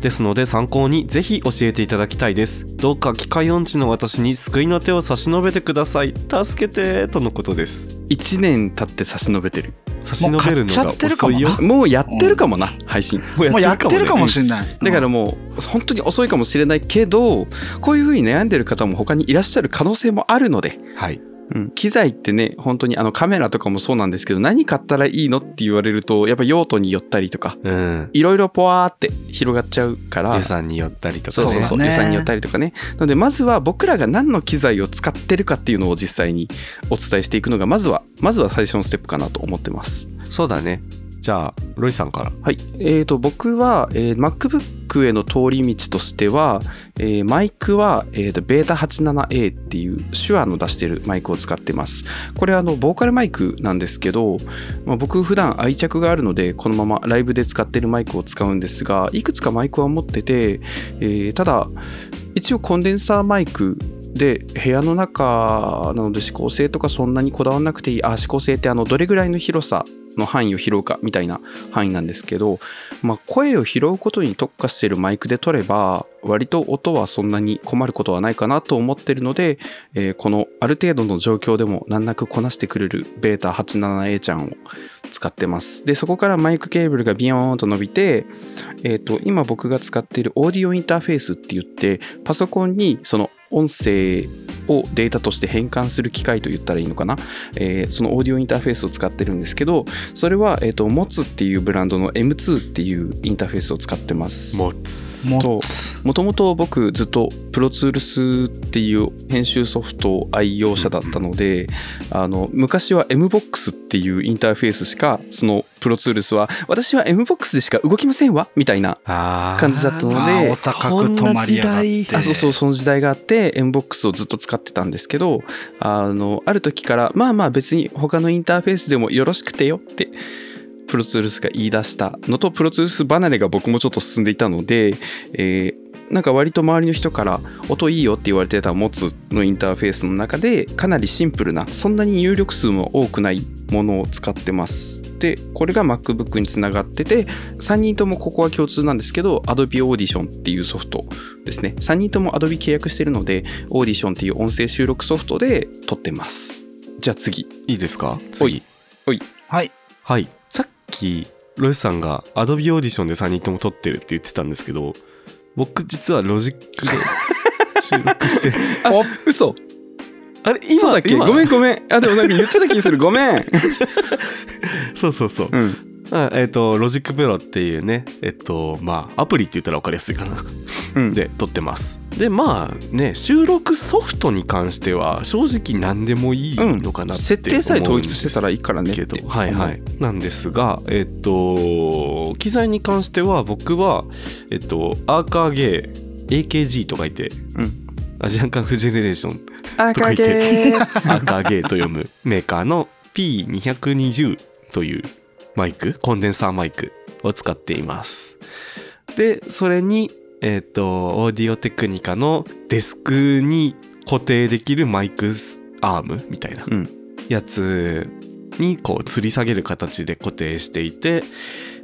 ですので参考にぜひ教えていただきたいですどうか機械音痴の私に救いの手を差し伸べてください助けてとのことです
1年経って差し伸べてる
差し伸べ
も
るの
う買っちゃ
が
ってるか
遅
もない
よ
もうやってるかもな、配信
もうやってるかも
し
しれない。
だからもう本当に遅いかもしれないけどこういうふうに悩んでる方も他にいらっしゃる可能性もあるので、
れないはい
うん、機材ってね本当にあのカメラとかもそうなんですけど何買ったらいいのって言われるとやっぱ用途によったりとか
うん
いろいろポワーって広がっちゃうから
予算によったりとか
そうそうそう
そうだね
予算によったりとかねなのでまずは僕らが何の機材を使ってるかっていうのを実際にお伝えしていくのがまずはまずは最初のステップかなと思ってます
そうだねじゃあロイさんから
はいえー、と僕は、えー MacBook への通り道としては、えーマイクは、えー、と Beta87A っていう手話の出してるマイクを使ってますこれあのボーカルマイクなんですけど、まあ、僕普段愛着があるのでこのままライブで使ってるマイクを使うんですがいくつかマイクは持ってて、えーただ一応コンデンサーマイクで部屋の中なので指向性とかそんなにこだわらなくていいあ指向性ってあのどれぐらいの広さの範囲を拾うかみたいな範囲なんですけど、まあ、声を拾うことに特化しているマイクで撮れば割と音はそんなに困ることはないかなと思ってるので、えーこのある程度の状況でも難なくこなしてくれる β87A ちゃんを使ってますでそこからマイクケーブルがビヨーンと伸びて、えー、と今僕が使っているオーディオインターフェースって言ってパソコンにその音声をデータとして変換する機械と言ったらいいのかな、えーそのオーディオインターフェースを使ってるんですけどそれは、えー、と MOTS っていうブランドの M2 っていうインターフェースを使ってます
持つ
もつ。
もともと僕ずっとプロツールスっていう編集ソフトを愛用者だったので、あの昔は MBOX っていうインターフェースしかそのプロツールスは私は MBOX でしか動きませんわみたいな
あー
感じだったので
あーお高く止まりやがって
そんな時代
あそうそうその時代があって MBOX をずっと使ってたんですけどあのある時からまあまあ別に他のインターフェースでもよろしくてよってプロツールスが言い出したのとプロツールス離れが僕もちょっと進んでいたので、えーなんか割と周りの人から音いいよって言われてた持つのインターフェースの中でかなりシンプルなそんなに入力数も多くないものを使ってますでこれが MacBook につながってて3人ともここは共通なんですけど Adobe Audition っていうソフトですね3人とも Adobe 契約してるので Audition っていう音声収録ソフトで撮ってますじゃあ次
いいですか
おい
次
はい。
はいさっきロイさんが Adobe オーディションで3人とも撮ってるって言ってたんですけど僕実はロジッ
[LAUGHS]
クで収録して
あ嘘
あれ
そうだっけ
今
ごめんごめんあでもなんか言ってた気するご
[LAUGHS]
めん、
そうそうそう、
うん、
あえっ、とロジックプロっていうねえっとまあアプリって言ったら分かりやすいかな [LAUGHS]
うん
で撮ってますでまあね収録ソフトに関しては正直何でもいいのかなって、
設定さえ統一してたらいいからねって
けどはいはい、なんですがえっと機材に関しては僕はえっとアーカーゲー AKG と書いて、
うん
アジアンカンフジェネレーション
赤毛
アーカーゲーと読むメーカーの P220 というマイクコンデンサーマイクを使っていますでそれにえっとオーディオテクニカのデスクに固定できるマイクアームみたいな
うん
やつにこう吊り下げる形で固定していて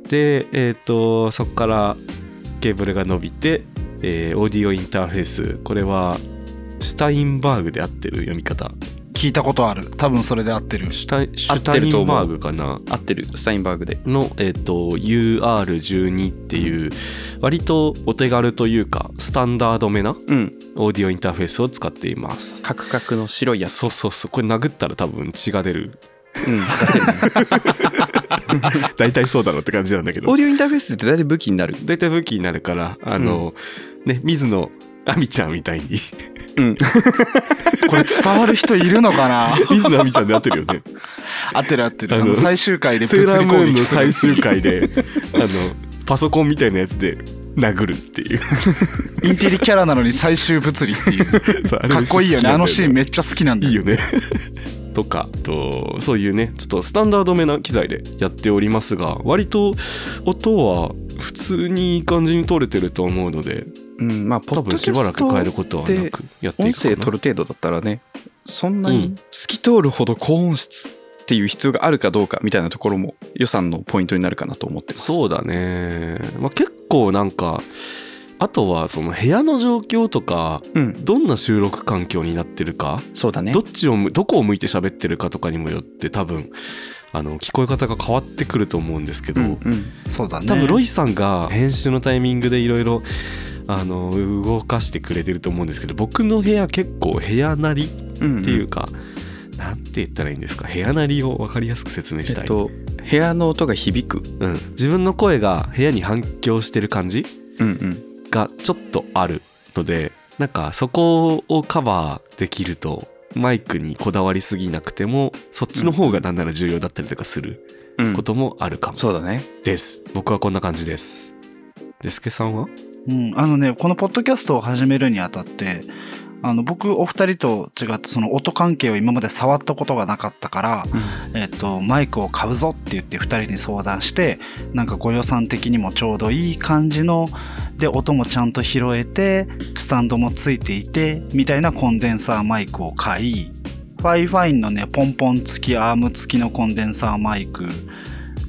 でえっ、とそこからケーブルが伸びて、えーオーディオインターフェースこれはシュタインバーグで合ってる読み方
聞いたことある。多分それで合ってる。
シュタイシ
合
ュ
って
タ
ると
イン
思う
バーグかな [LAUGHS]
合ってるスタインバーグで
の、えっと UR12 っていう割とお手軽というかスタンダードめな
うん
オーディオインターフェースを使っています
カクカクの白いやつ、
そうそうそうこれ殴ったら多分血が出る [LAUGHS]
うん、
大体そうだろうって感じなんだけど
オーディオインターフェースって大体武器になる
大体武器になるからあの、ね水野亜美ちゃんみた
[LAUGHS]
いに
うん
これ伝わる人いるのか
[LAUGHS]
な
水野亜美ちゃんで合ってるよ
[LAUGHS]
ね
合ってる合ってる。あ
あの
の最終回で
セー
物
ラー
理攻撃
ムーンの
する
最終回であのパソコンみたいなやつで殴るっ
[LAUGHS]
ていう
[LAUGHS] インテリキャラなのに最終物理っていう。
[LAUGHS] そうあれ
かっこいいよね。あのシーンめっちゃ好きなんだ
いいよね [LAUGHS] とかとそういうねちょっとスタンダードめな機材でやっておりますが割と音は普通にいい感じに撮れてると思うので
うん、まあ、ポッ
多
ド
分
キ
し
ャ
ばら
ス
く変える
ト
ことはなくやってい
音
くか
声取
な
る程度だったらね、そんな
う
に
ん
透き通るほど高音質っていう必要があるかどうかみたいなところも予算のポイントになるかなと思ってます。
そうだね、まあ、結構なんかあとはその部屋の状況とか
うん、
どんな収録環境になってるか
そうだね
ど。っちをむどこを向いて喋ってるかとかにもよって多分あの聞こえ方が変わってくると思うんですけ
う
ど、
んうん、
そうだね。
多分ロイさんが編集のタイミングでいろいろあの動かしてくれてると思うんですけど僕の部屋結構部屋なりっ
うん、
ていうか、なんて言ったらいいんですか部屋なりを分かりやすく説明
え
したい、
っと部屋の音が響く。
うん、自分の声が部屋に反響してる感じ
うんうん、
がちょっとあるのでなんかそこをカバーできるとマイクにこだわりすぎなくてもそっちの方がなんなら重要だったりとかする
うん
こ、ともあるかも
そうだね。
です、僕はこんな感じですデスケさんは
うん、あのね、このポッドキャストを始めるにあたって、あの、僕、お二人と違って、その音関係を今まで触ったことがなかったから、えっと、マイクを買うぞって言って二人に相談して、なんかご予算的にもちょうどいい感じの、で、音もちゃんと拾えて、スタンドもついていて、みたいなコンデンサーマイクを買い、ファイファインのね、ポンポン付き、アーム付きのコンデンサーマイク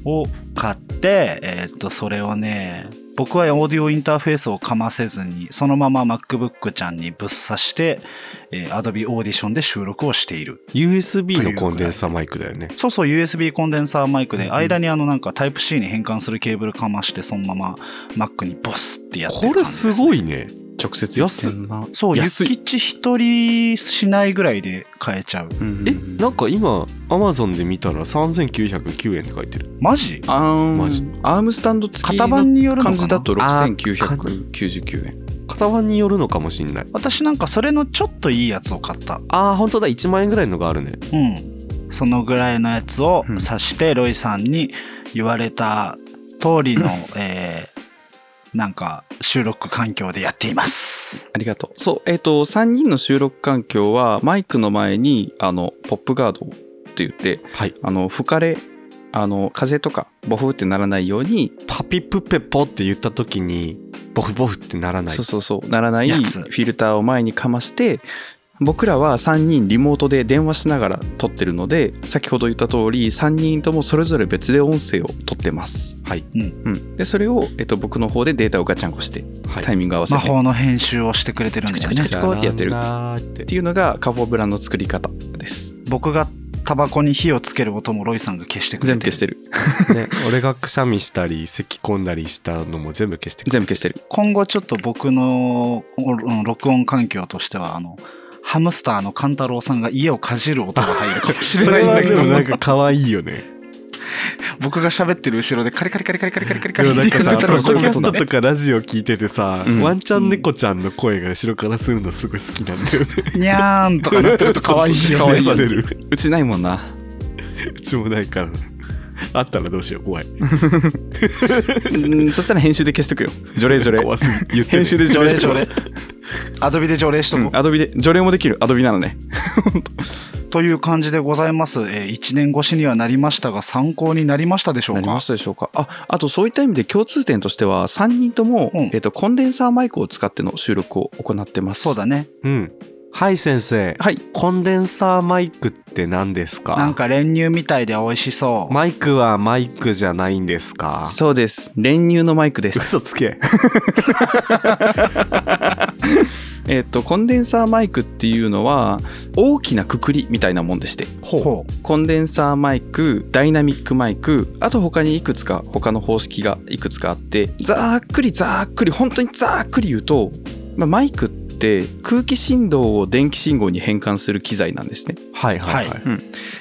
を買って、えーっと、それをね、僕はオーディオインターフェースをかませずに、そのまま MacBook ちゃんにぶっ刺して、えー Adobe Audition で収録をしている。
USB
というぐら
の
い
コンデンサーマイクだよね
そうそう USB コンデンサーマイク
う
で、
ん
間にあのなんか Type-C に変換するケーブルかまして、そのまま Mac にボスってやってる
こ
感
れ
じですね
ごいね
直接言ってんな。
そう、ゆ
安い
きち一人しないぐらいで買えちゃう。
うんうん
えなんか今 Amazon で見たら3909円って書いてる
マジ
アーム
マジ
アームスタンド付き
型番
の
によるのか
感
な
じだと
あ
6999円。
型番によるのかもしんない
私なんかそれのちょっといいやつを買った。
あー本当だ1万円ぐらいのがあるね
うん。そのぐらいのやつを
うん
指して、ロイさんに言われた通り
[LAUGHS]
の、えーなんか収録環境でやっています。
ありがとう。そう、えっ、と、3人の収録環境は、マイクの前に、あの、ポップガードって言って、
はい
あの、吹かれ、あの、風とか、ボフってならないように、
パピプペポって言った時にボフボフってならない
そうそうそう、ならないフ
やつ
ィルターを前にかまして、僕らは3人リモートで電話しながら撮ってるので、先ほど言った通り、3人ともそれぞれ別で音声を撮ってます。
はい、
うん。で、それを、えっと、僕の方でデータをガチャンコして、
はい
タイミング合わせ
魔
て。っ
法の編集をしてくれてるんだよ
チク
ね
チクチク。こうやってやってる
なーって
ていうのが、カポブラの作り方です。
僕がタバコに火をつける音もロイさんが消してくれて
全
る。
部消してる。
ね、俺がくしゃみしたり咳込んだりしたのも全部消してくれ
全部消してる。
今後ちょっと僕のお録音環境としては、あの、ハムスターの勘太郎さんが家をかじる音が入るかもしれないんだけど
それはでも、なんか可愛いよね
僕が喋ってる後ろでカリカリカリカリカリカリカリカ
でもなん
リカ
か
リやっ
さポ
てたら
ッ
こう
ド
いうこと
キャスト
ね
とかラジオ聞いててさ、
うん
ワンちゃん猫ちゃんの声が後ろからするのすごい好きなんだよね
にゃーんとかなってると可愛いよ
可
ね
愛。される
うちないもんな。
うちもないからあったらどうしよう怖い
うんそしたら編集で消しとくよ。除霊除霊。
怖すぎ言って、ね、
編集で除霊しと
条
く
例
よ。
アドビで条例しとこう。
アドビで、除霊もできる。アドビなのね。
という感じでございます。えー、1年越しにはなりましたが、参考になりましたでしょう
な
か
りましたでしょうか。あ、あとそういった意味で共通点としては、3人とも、
うん
えっと、コンデンサーマイクを使っての収録を行ってます。
そう。だね。
[LAUGHS] うんはい先生
はい。
コンデンサーマイクって何ですか
なんか練乳みたいで美味しそう。
マイクはマイクじゃないんですか
そうです。練乳のマイクです。
嘘つけ。
えっと、コンデンサーマイクっていうのは、大きなくくりみたいなもんでして。
ほう。
コンデンサーマイクダイナミックマイクあと他にいくつか他の方式がいくつかあってざーっくりざーっくり本当にざーっくり言うと、まあマイクって空気振動を電気信号に変換する機材なんですね
はい
はいはい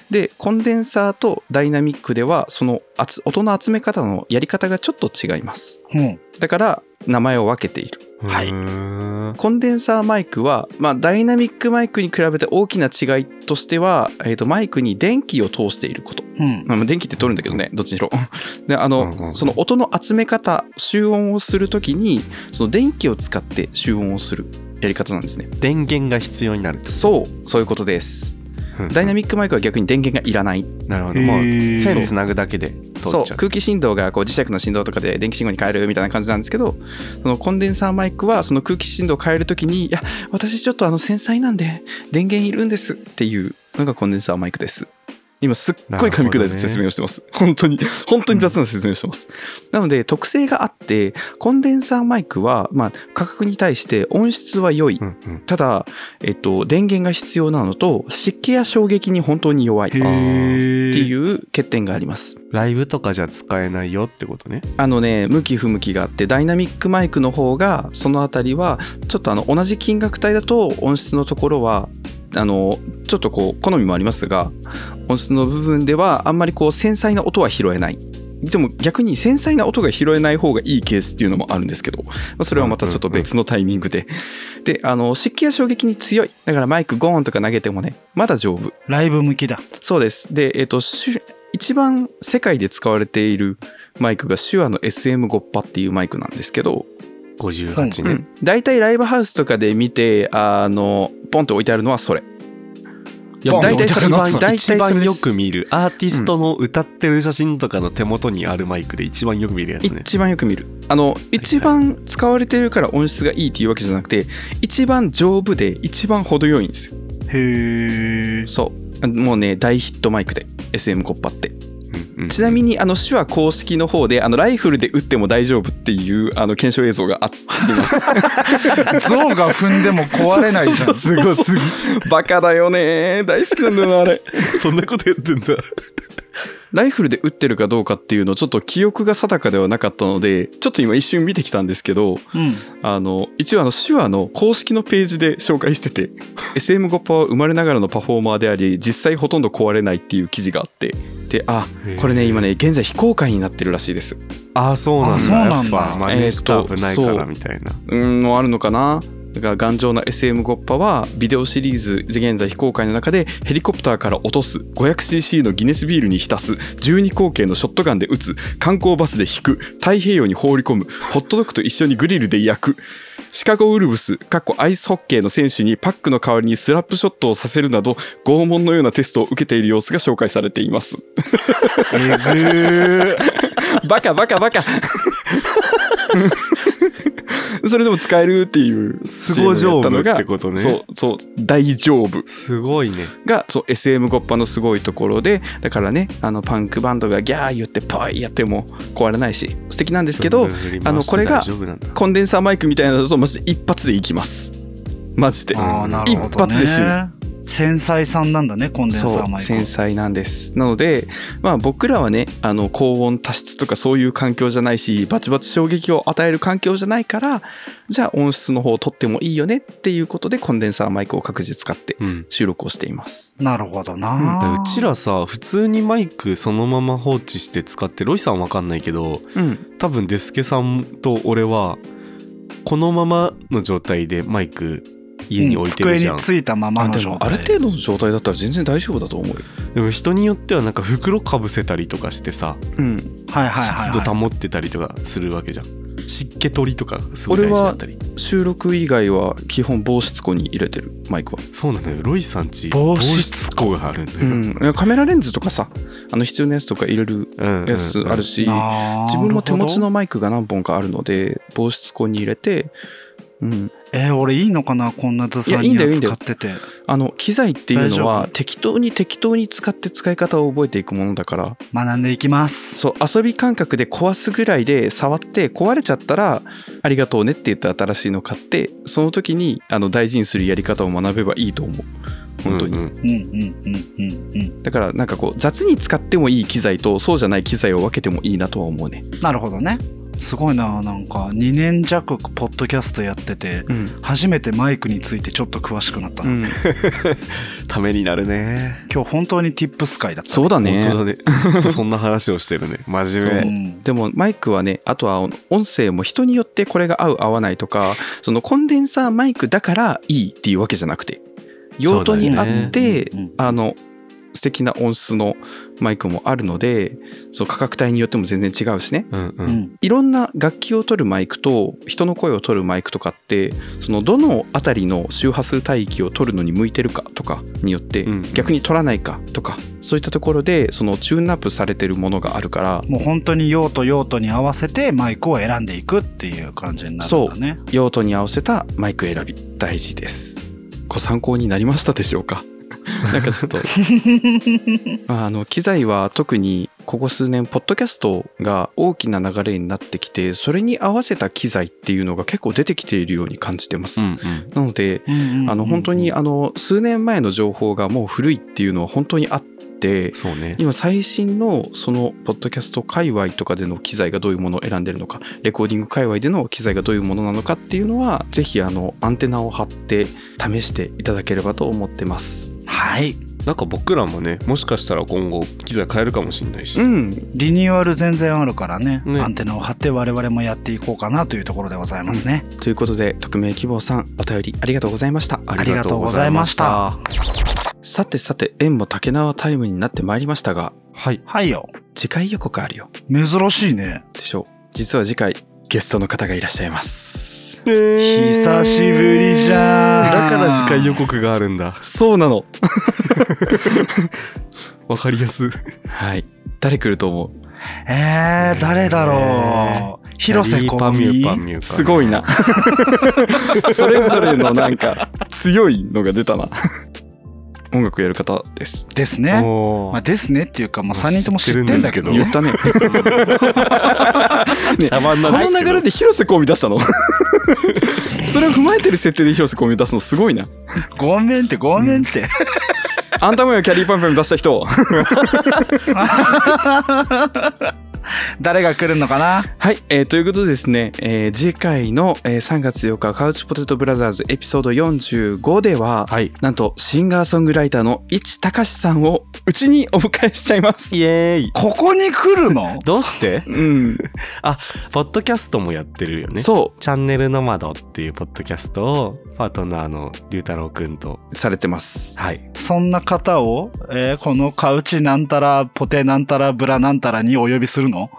でコンデンサーとダイナミックではその集音の集め方のやり方がちょっと違います
ほう。
だから名前を分けている
はい
は
コンデンサーマイクは、まあ、ダイナミックマイクに比べて大きな違いとしては、えーとマイクに電気を通していること
うん。
まあ、電気って取るんだけどね、どっちにしろ。 [LAUGHS] で、あの、
うんうんうん
その音の集め方、集音をするときに、その電気を使って集音をするやり方なんですね。
い。電源が必要になる。
そう、そういうことです。ダイナミックマイクは逆に電源がいらない
なるほどもう
へー
線つなぐだけで通
そ
っ
う
ちゃう
空気振動がこう磁石の振動とかで電気信号に変えるみたいな感じなんですけどそのコンデンサーマイクはその空気振動を変えるときにいや私ちょっとあの繊細なんで電源いるんですっていうのがコンデンサーマイクです今すっごい噛み砕いた説明をしてます、本当に本当に雑な説明をしてます、なので特性があってコンデンサーマイクは、まあ、価格に対して音質は良い、
うんうん
ただ、えっと、電源が必要なのと湿気や衝撃に本当に弱いっ
へ
て
ー
いう欠点があります
ライブとかじゃ使えないよってことね
あのね向き不向きがあってダイナミックマイクの方がそのあたりはちょっとあの同じ金額帯だと音質のところはあのちょっとこう好みもありますが音質の部分ではあんまりこう繊細な音は拾えない。でも逆に繊細な音が拾えない方がいいケースっていうのもあるんですけどまあそれはまたちょっと別のタイミングで、であの湿気や衝撃に強いだからマイクゴーンとか投げてもねまだ丈夫
ライブ向きだ。
そうです。で、えっ、と、シュ一番世界で使われているマイクが手話の SM5 パっていうマイクなんですけど、
58
う
ね、
ん、大体ライブハウスとかで見て、あの、ポンと置いてあるのはそれ。
いや
ポン
大体それ
大体それです
一番よく見るアーティストの歌ってる写真とかの手元にあるマイクで一番よく見るやつね、
一番よく見る。あの、一番使われているから音質がいいっていうわけじゃなくて、一番丈夫で一番程よいんですよ。
へえ。
そう。もうね、大ヒットマイクで、SM5 パって。
うんうん
ちなみに、あの、手話公式の方で、あの、ライフルで撃っても大丈夫っていう、あの、検証映像があって、
象が踏んでも壊れないじゃん。
すごいすごい
[LAUGHS] バカだよね大好きなんだよな、あれ。
そんなことやってんだ
ライフルで撃ってるかどうかっていうのちょっと記憶が定かではなかったのでちょっと今一瞬見てきたんですけど
うん。
あの一応あの手話の公式のページで紹介して
[LAUGHS]
て SM5 パは生まれながらのパフォーマーであり実際ほとんど壊れないっていう記事があってであこれね今ね現在非公開になってるらしいです
ああそうなんだ
あそうなんだ
やっぱ真似したら危ないか
えーっとそ
ら
う
みたいな、
うーんもあるのかなだから頑丈な SM5 パはビデオシリーズ現在非公開の中でヘリコプターから落とす 500cc のギネスビールに浸す12口径のショットガンで撃つ観光バスで引く太平洋に放り込むホットドッグと一緒にグリルで焼くシカゴウルブスかっこアイスホッケーの選手にパックの代わりにスラップショットをさせるなど拷問のようなテストを受けている様子が紹介されています
え
バカバカ
[LAUGHS]
バカそれでも使えるっていう
すごい丈
CM
夫
をやたのが
ってことね
そうそう大丈夫
すごいね
がそう SM ごっぱのすごいところでだからねあのパンクバンドがギャー言ってポイやっても壊れないし素敵なんですけど
そんな振り回して
あのこれが
大丈夫なんだ
コンデンサーマイクみたいなのだとマジで一発でいきますマジで
ー、ああ、なるほど、ね。
一発で死ぬ
繊細さんなんだね、コンデンサ
そ
ー
う
マイク
繊。細なんですなのでまあ僕らはねあの高温多湿とかそういう環境じゃないしバチバチ衝撃を与える環境じゃないからじゃあ音質の方を取ってもいいよねっていうことでコンデンサーマイクを各自使って
うん
収録をしています
なるほど
だから
な。
うちらさ普通にマイクそのまま放置して使ってロイさんわかんないけど
うん
多分デスケさんと俺はこのままの状態でマイク家に置いてるじゃ、
うんん机についたまま
あ
の
で
状
も
態
ある程度の状態だったら全然大丈夫だと思うよ、
でも人によってはなんか袋かぶせたりとかしてさ
うん、
はいはいはい、
湿度保ってたりとかするわけじゃん、湿気取りとかすごい
俺
大
は
事だったり
収録以外は基本防湿庫に入れてるマイクは、
そうなのよロイさんち
防
防
湿
湿庫があるんだよ、
うん、カメラレンズとかさあの必要なやつとか入れる
うんうん
やつあるし、
あー
自分も手持ち
なるほど
のマイクが何本かあるので防湿庫に入れて、うん、
えー、俺いいのかなこんなずさ
い
ん
やいい
に
んだよいいんだ
使
よ
ってて
あの機材っていうの
大
は
丈
適当に適当に使って使い方を覚えていくものだから
学んでいきます
そう遊び感覚で壊すぐらいで触って壊れちゃったらありがとうねって言って新しいの買ってその時にあの大事にするやり方を学べばいいと思う本当に、
うんう
う
ん
んうんうんうん
だからなんかこう雑に使ってもいい機材とそうじゃない機材を分けてもいいなとは思うね
うんなるほどねすごいななんか2年弱ポッドキャストやってて
うん、
初めてマイクについてちょっと詳しくなったな、
ためになるね
今日本当に Tips 会だった
そうだね
本当だねずっとそんな話をしてるね真面
う
目
ん
でもマイクはねあとは音声も人によってこれが合う合わないとかそのコンデンサーマイクだからいいっていうわけじゃなくて用途にあって、
そうだよねうん
あの素敵な音質のマイクもあるのでその価格帯によっても全然違うしね
うんう
うんん。
いろんな楽器を取るマイクと人の声を取るマイクとかってそのどのあたりの周波数帯域を取るのに向いてるかとかによって
うんうん
逆に取らないかとかそういったところでそのチューンアップされてるものがあるから
もう本当に用途用途に合わせてマイクを選んでいくっていう感じになるんだね。
用途に合わせたマイク選び大事ですご参考になりましたでしょうか [LAUGHS] なんか
[LAUGHS]
ちょっとまああの機材は特にここ数年ポッドキャストが大きな流れになってきてそれに合わせた機材っていうのが結構出てきているように感じてます、
うん
なので
うんうんうん
あの本当にあの数年前の情報がもう古いっていうのは本当にあって
そうね
今最新のそのポッドキャスト界隈とかでの機材がどういうものを選んでるのかレコーディング界隈での機材がどういうものなのかっていうのはぜひあのアンテナを張って試していただければと思ってます
はい。
なんか僕らもねもしかしたら今後機材変えるかもしれないし、
うん
リニューアル全然あるからね
ね
アンテナを張って我々もやっていこうかなというところでございますね。
ということで匿名希望さんお便りありがとうございました
ありがとうございました。
さてさて縁も竹縄タイムになってまいりましたが
はい
はいよ。
次回予告あるよ
珍しいね。
でしょう実は次回ゲストの方がいらっしゃいます
久しぶりじゃん
だから次回予告があるんだ
そうなの
わかりやす
はい誰来ると思う
えー、誰だろう。広瀬香美。
ュ
すご [LAUGHS] いな。それぞれのなんか強いのが出たな。音楽やる方です。
ですね。
お
まあ、
ー
ですねっていうか、もう
もう
3人とも知ってんだけど
言っ [LAUGHS]
ね。
たね。ね
茶番
こ
なんですけど
の流れで広瀬香美出したのそれを踏まえてる設定で広瀬香美出すのすごいな。
ごめんって、ごめんって。
あんたもよキャリーパンパン出した人。
誰が来るのかな
はい、えーということでですね、えー次回の、えー3月4日カウチポテトブラザーズエピソード45では、
はい
なんとシンガーソングライターの市隆さんをうちにお迎えしちゃいます。
イエーイ
ここに来るの
どうして [LAUGHS]
うん、
ポッドキャストもやってるよね
そう
チャンネルの窓っていうポッドキャストをパートナーの龍太郎くんと
されてます。
はい
そんな方を、えーこのカウチなんたら、ポテなんたら、ブラなんたらにお呼びするの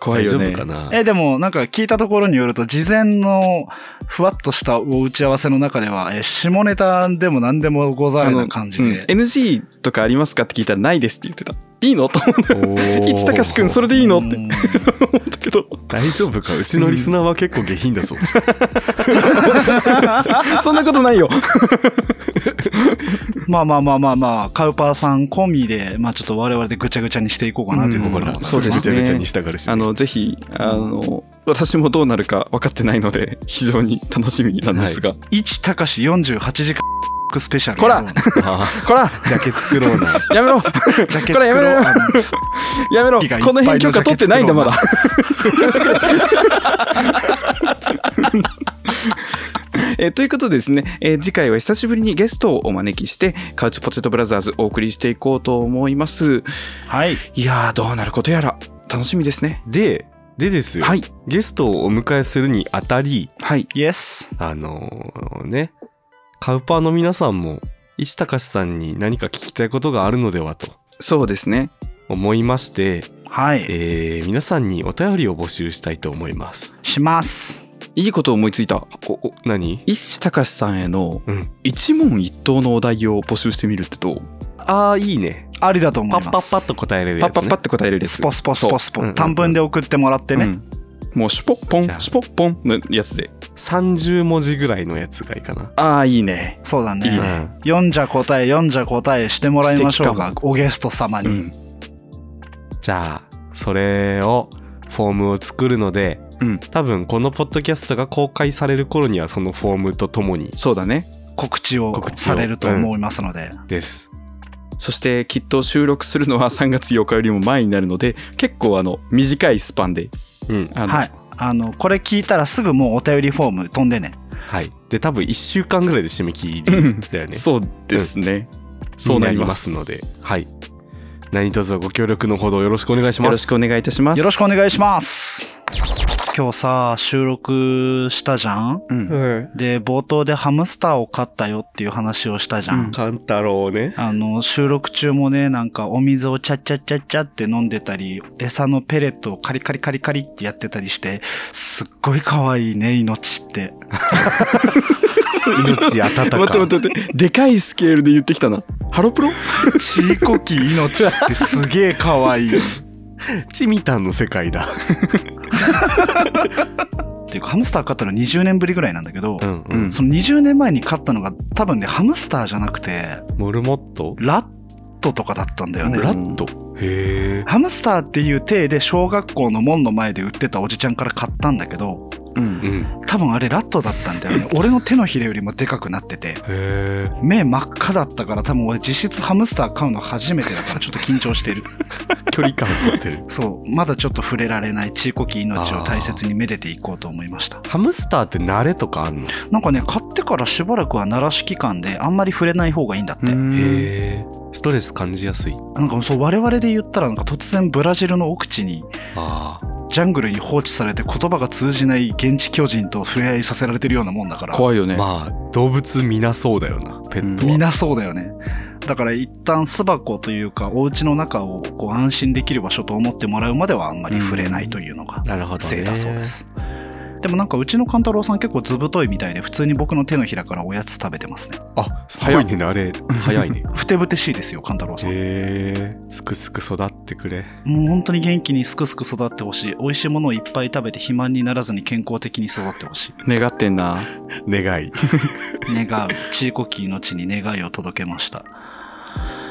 怖いよね。
大丈夫かな
えーでもなんか聞いたところによると、事前のふわっとしたお打ち合わせの中では、えー下ネタでも何でもござ
あ
る
の
な感じ
うん
で。
NG とかありますかって聞いたらないですって言ってた。いいのと思っ
お
て、
ー
市隆くんそれでいいのって
うん
思ったけど、
大丈夫かうちのリスナーは結構下品だそう
そんなことない
[LAUGHS]
よ。
まあまあまあまあまあ、カウパーさん込みで、まあちょっと我々でぐちゃぐちゃにしていこうかなというとこ
ほ
ろで
ら
ござい
そ
ま
[LAUGHS] う
す
ですね
ぐちゃぐちゃにしたがるし
あ
[LAUGHS]
の、ぜひ、あの、私もどうなるか分かってないので、非常に楽しみなんですが。
一高し48時間スペシャル。
こら
あ
こら
ージャケ作ろ
[LAUGHS]
うな
やめろ
ジャケ
これやめろ
作ろうあの
やめろ
いいか
この辺許可取ってないんだ、まだ。えーということでですね、えー次回は久しぶりにゲストをお招きして、カウチポテトブラザーズお送りしていこうと思います。 [LAUGHS]
はい。
いやー、どうなることやら、楽しみですね。
ででですよ、
はい、
ゲストをお迎えするにあたり
はい。
イエス。
あのーねカウパーの皆さんも市隆さんに何か聞きたいことがあるのではと
そうですね。
思いまして、
はい。
えー皆さんにお便りを募集したいと思います
します。
いいことを思いついた。
おお何
石隆さんへの
うん
一問一答のお題を募集してみるってどう、
ああいいね
ありだと思い
パ
ます。
ッパッパッと答えれる
パ
や
ッ
つ、ね、
パッパって答えれるやつ
スポスポスポス
そう
ポ
うんうんうん
短文で送ってもらって
う
ね、
んもうシュポッポ
じゃ
ン
あ
シュポッポンのやつで
30文字ぐらいのやつがいいかな、
ああいいね
そうだね
いい
読んじゃ答え読んじゃ答えしてもらいましょうかおゲスト様に、
うん
うんじゃあそれをフォームを作るので
うん
多分このポッドキャストが公開される頃にはそのフォームとともに
そうだね
告知を
告知を
されると思いますので、
です
そしてきっと収録するのは3月8日よりも前になるので結構あの短いスパンで
うん
あの、
はいあのこれ聞いたらすぐもうお便りフォーム飛んでね
はいで多分1週間ぐらいで締め切りだよ
[LAUGHS]
ね
そうですね、そうなります
になりますのではい何卒ご協力のほどよろしくお願いしま
よ
す
ろしくお願いいたします
よろしくお願いします今日さ、収録したじゃん
うん。
はい。
で、冒頭でハムスターを飼ったよっていう話をしたじゃん。
うん
カンタロ
[LAUGHS]
ウね。
あの、収録中もね、なんかお水をチャッチャッチャッチャって飲んでたり、餌のペレットをカリカリカリカリってやってたりして、すっごい可愛いね、命って。
命温か。
待って待って待って。でかいスケールで言ってきたな。ハロプロ
ちーこき命ってすげえ可愛い。っ
チミタンの世界だ。
ていうか、ハムスター飼ったの20年ぶりぐらいなんだけど、
ん
うん
その20年前に飼ったのが多分ね、ハムスターじゃなくて、
モルモット
ラットとかだったんだよね。
うん
ラットへえ。
ハムスターっていう体で小学校の門の前で売ってたおじちゃんから買ったんだけど、
うん
う。ん。
多分あれラットだったんだよね。俺の手のひれよりもでかくなってて。
へえ。
目真っ赤だったから多分俺実質ハムスター飼うの初めてだからちょっと緊張してる
距離感取っ
[LAUGHS]
てる。
そうまだちょっと触れられないちいこき命を大切にめでていこうと思いました
ハムスターって慣れとかあんの
なんかね飼ってからしばらくは慣らし期間であんまり触れない方がいいんだって、
へ
え。ストレス感じやすい。
なんかそう我々で言ったらなんか突然ブラジルの奥地に
ああ。
ジャングルに放置されて言葉が通じない現地巨人と触れ合いさせられてるようなもんだから
怖いよね。
まあ、動物みなそうだよな、ペット
み
は。
んなそうだよね。だから一旦巣箱というかお家の中をこう安心できる場所と思ってもらうまではあんまり触れないというのが
なるほどね
せいだそうです。でもなんかうちの勘太郎さん結構ずぶといみたいで普通に僕の手のひらからおやつ食べてますね。
あ、すごいね、慣れ。早いね。
ふてぶてしいですよ勘太郎さん。
へえ。すくすく育ってくれ。
もう本当に元気にすくすく育ってほしい。美味しいものをいっぱい食べて肥満にならずに健康的に育ってほしい。
願ってんな。
願い。
[LAUGHS]
願う。チーコキーの地に願いを届けました。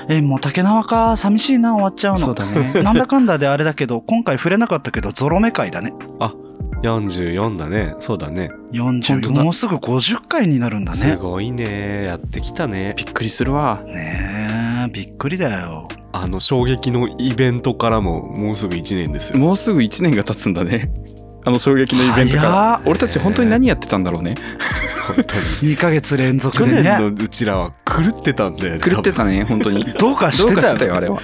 え、もう竹縄か。寂しいな、終わっちゃうの。
そうだね。
[LAUGHS] なんだかんだであれだけど、今回触れなかったけど、ゾロ目回だね。
44だね。そうだね。
本当だ
40、もうすぐ50回になるんだ
す
ね。
ごいね。やってきたね。
びっくりするわ。
ねえ、びっくりだよ。
あの、衝撃のイベントからも、もうすぐ1年ですよ。
もうすぐ1年が経つんだね。あの衝撃のイベントから。
早っ
俺たち本当に何やってたんだろうね。
本当に。
2ヶ月連続
去
で
年
ね。
のうちらは狂ってたんだよね。
狂ってたね、本当に。
どうか
ど
し
う
て
か
た
して
よ。
たよ、あれは。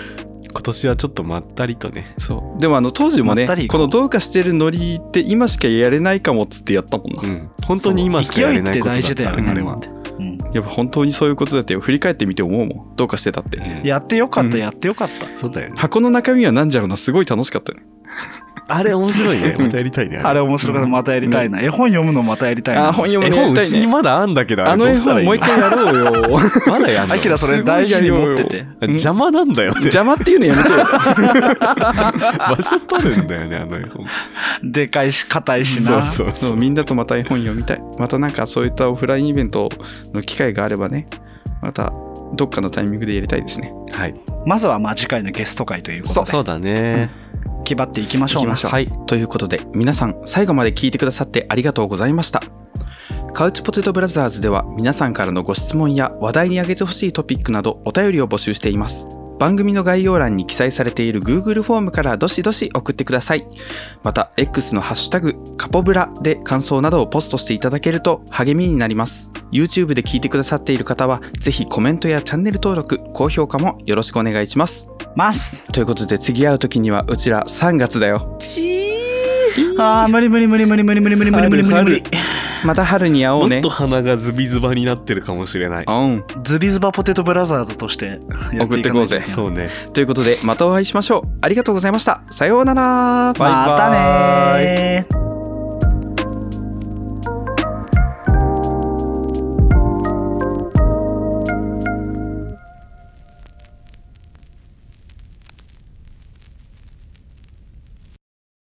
今年はちょっとまったりとね。
そう。でもあの当時も
ま
ね、
ったり
このどうかしてるノリって今しかやれないかもっつってやったもんな
う。ん。本当に今しかやれないことだった
勢いって大事だよね。
あれは。
うん
やっぱ本当にそういうことだったよ。振り返ってみて思うもん。どうかしてたって。
うん
やってよかった、
うん
やってよかった。
そうだよね。
箱の中身は何じゃろうな、すごい楽しかったよね。
あれ面白いね。またやりたいね。
あれ面白かった。またやりたいな。絵本読むのまたやりたい
あ
な。
ー、本読む
絵
のや
本
り
う
た
ち
い
に
ね。
まだあんだけど、
あ
あれど
の
う
絵
したらい
本
い
もう一回やろうよ。
[LAUGHS] まだやんの
アキラそれ大事に持ってて。
邪魔なんだよね。
邪魔っていうのやめて
[LAUGHS]
よ。
場所取るんだよね、あの絵本。
でかいし、硬いし
そ
な。
うそうそ。
そううみんなとまた絵本読みたいまたなんかそういったオフラインイベントの機会があればねまたどっかのタイミングでやりたいですね
はい。
まずはまあ次回のゲスト会ということで、
そうだね。
気張っていきましょう
行き
な。
ましょう
はい。
ということで皆さん最後まで聞いてくださってありがとうございましたカウチポテトブラザーズでは皆さんからのご質問や話題に挙げてほしいトピックなどお便りを募集しています番組の概要欄に記載されている Google フォームからどしどし送ってくださいまた X のハッシュタグカポブラで感想などをポストしていただけると励みになります YouTube で聞いてくださっている方はぜひコメントやチャンネル登録高評価もよろしくお願いします
ます。
ということで次会う時にはうちら3月だよ
ああ、無理無理無理無理無理無理無理無理無理無理無理。
また春に会おう
もっ
ね
と。鼻がズビズバになってるかもしれない。
うん。
ズビズバポテトブラザーズとしてや
送ってこうぜ
いかないといけない
そうね。
ということで、またお会いしましょう。ありがとうございました。さようなら。
またねー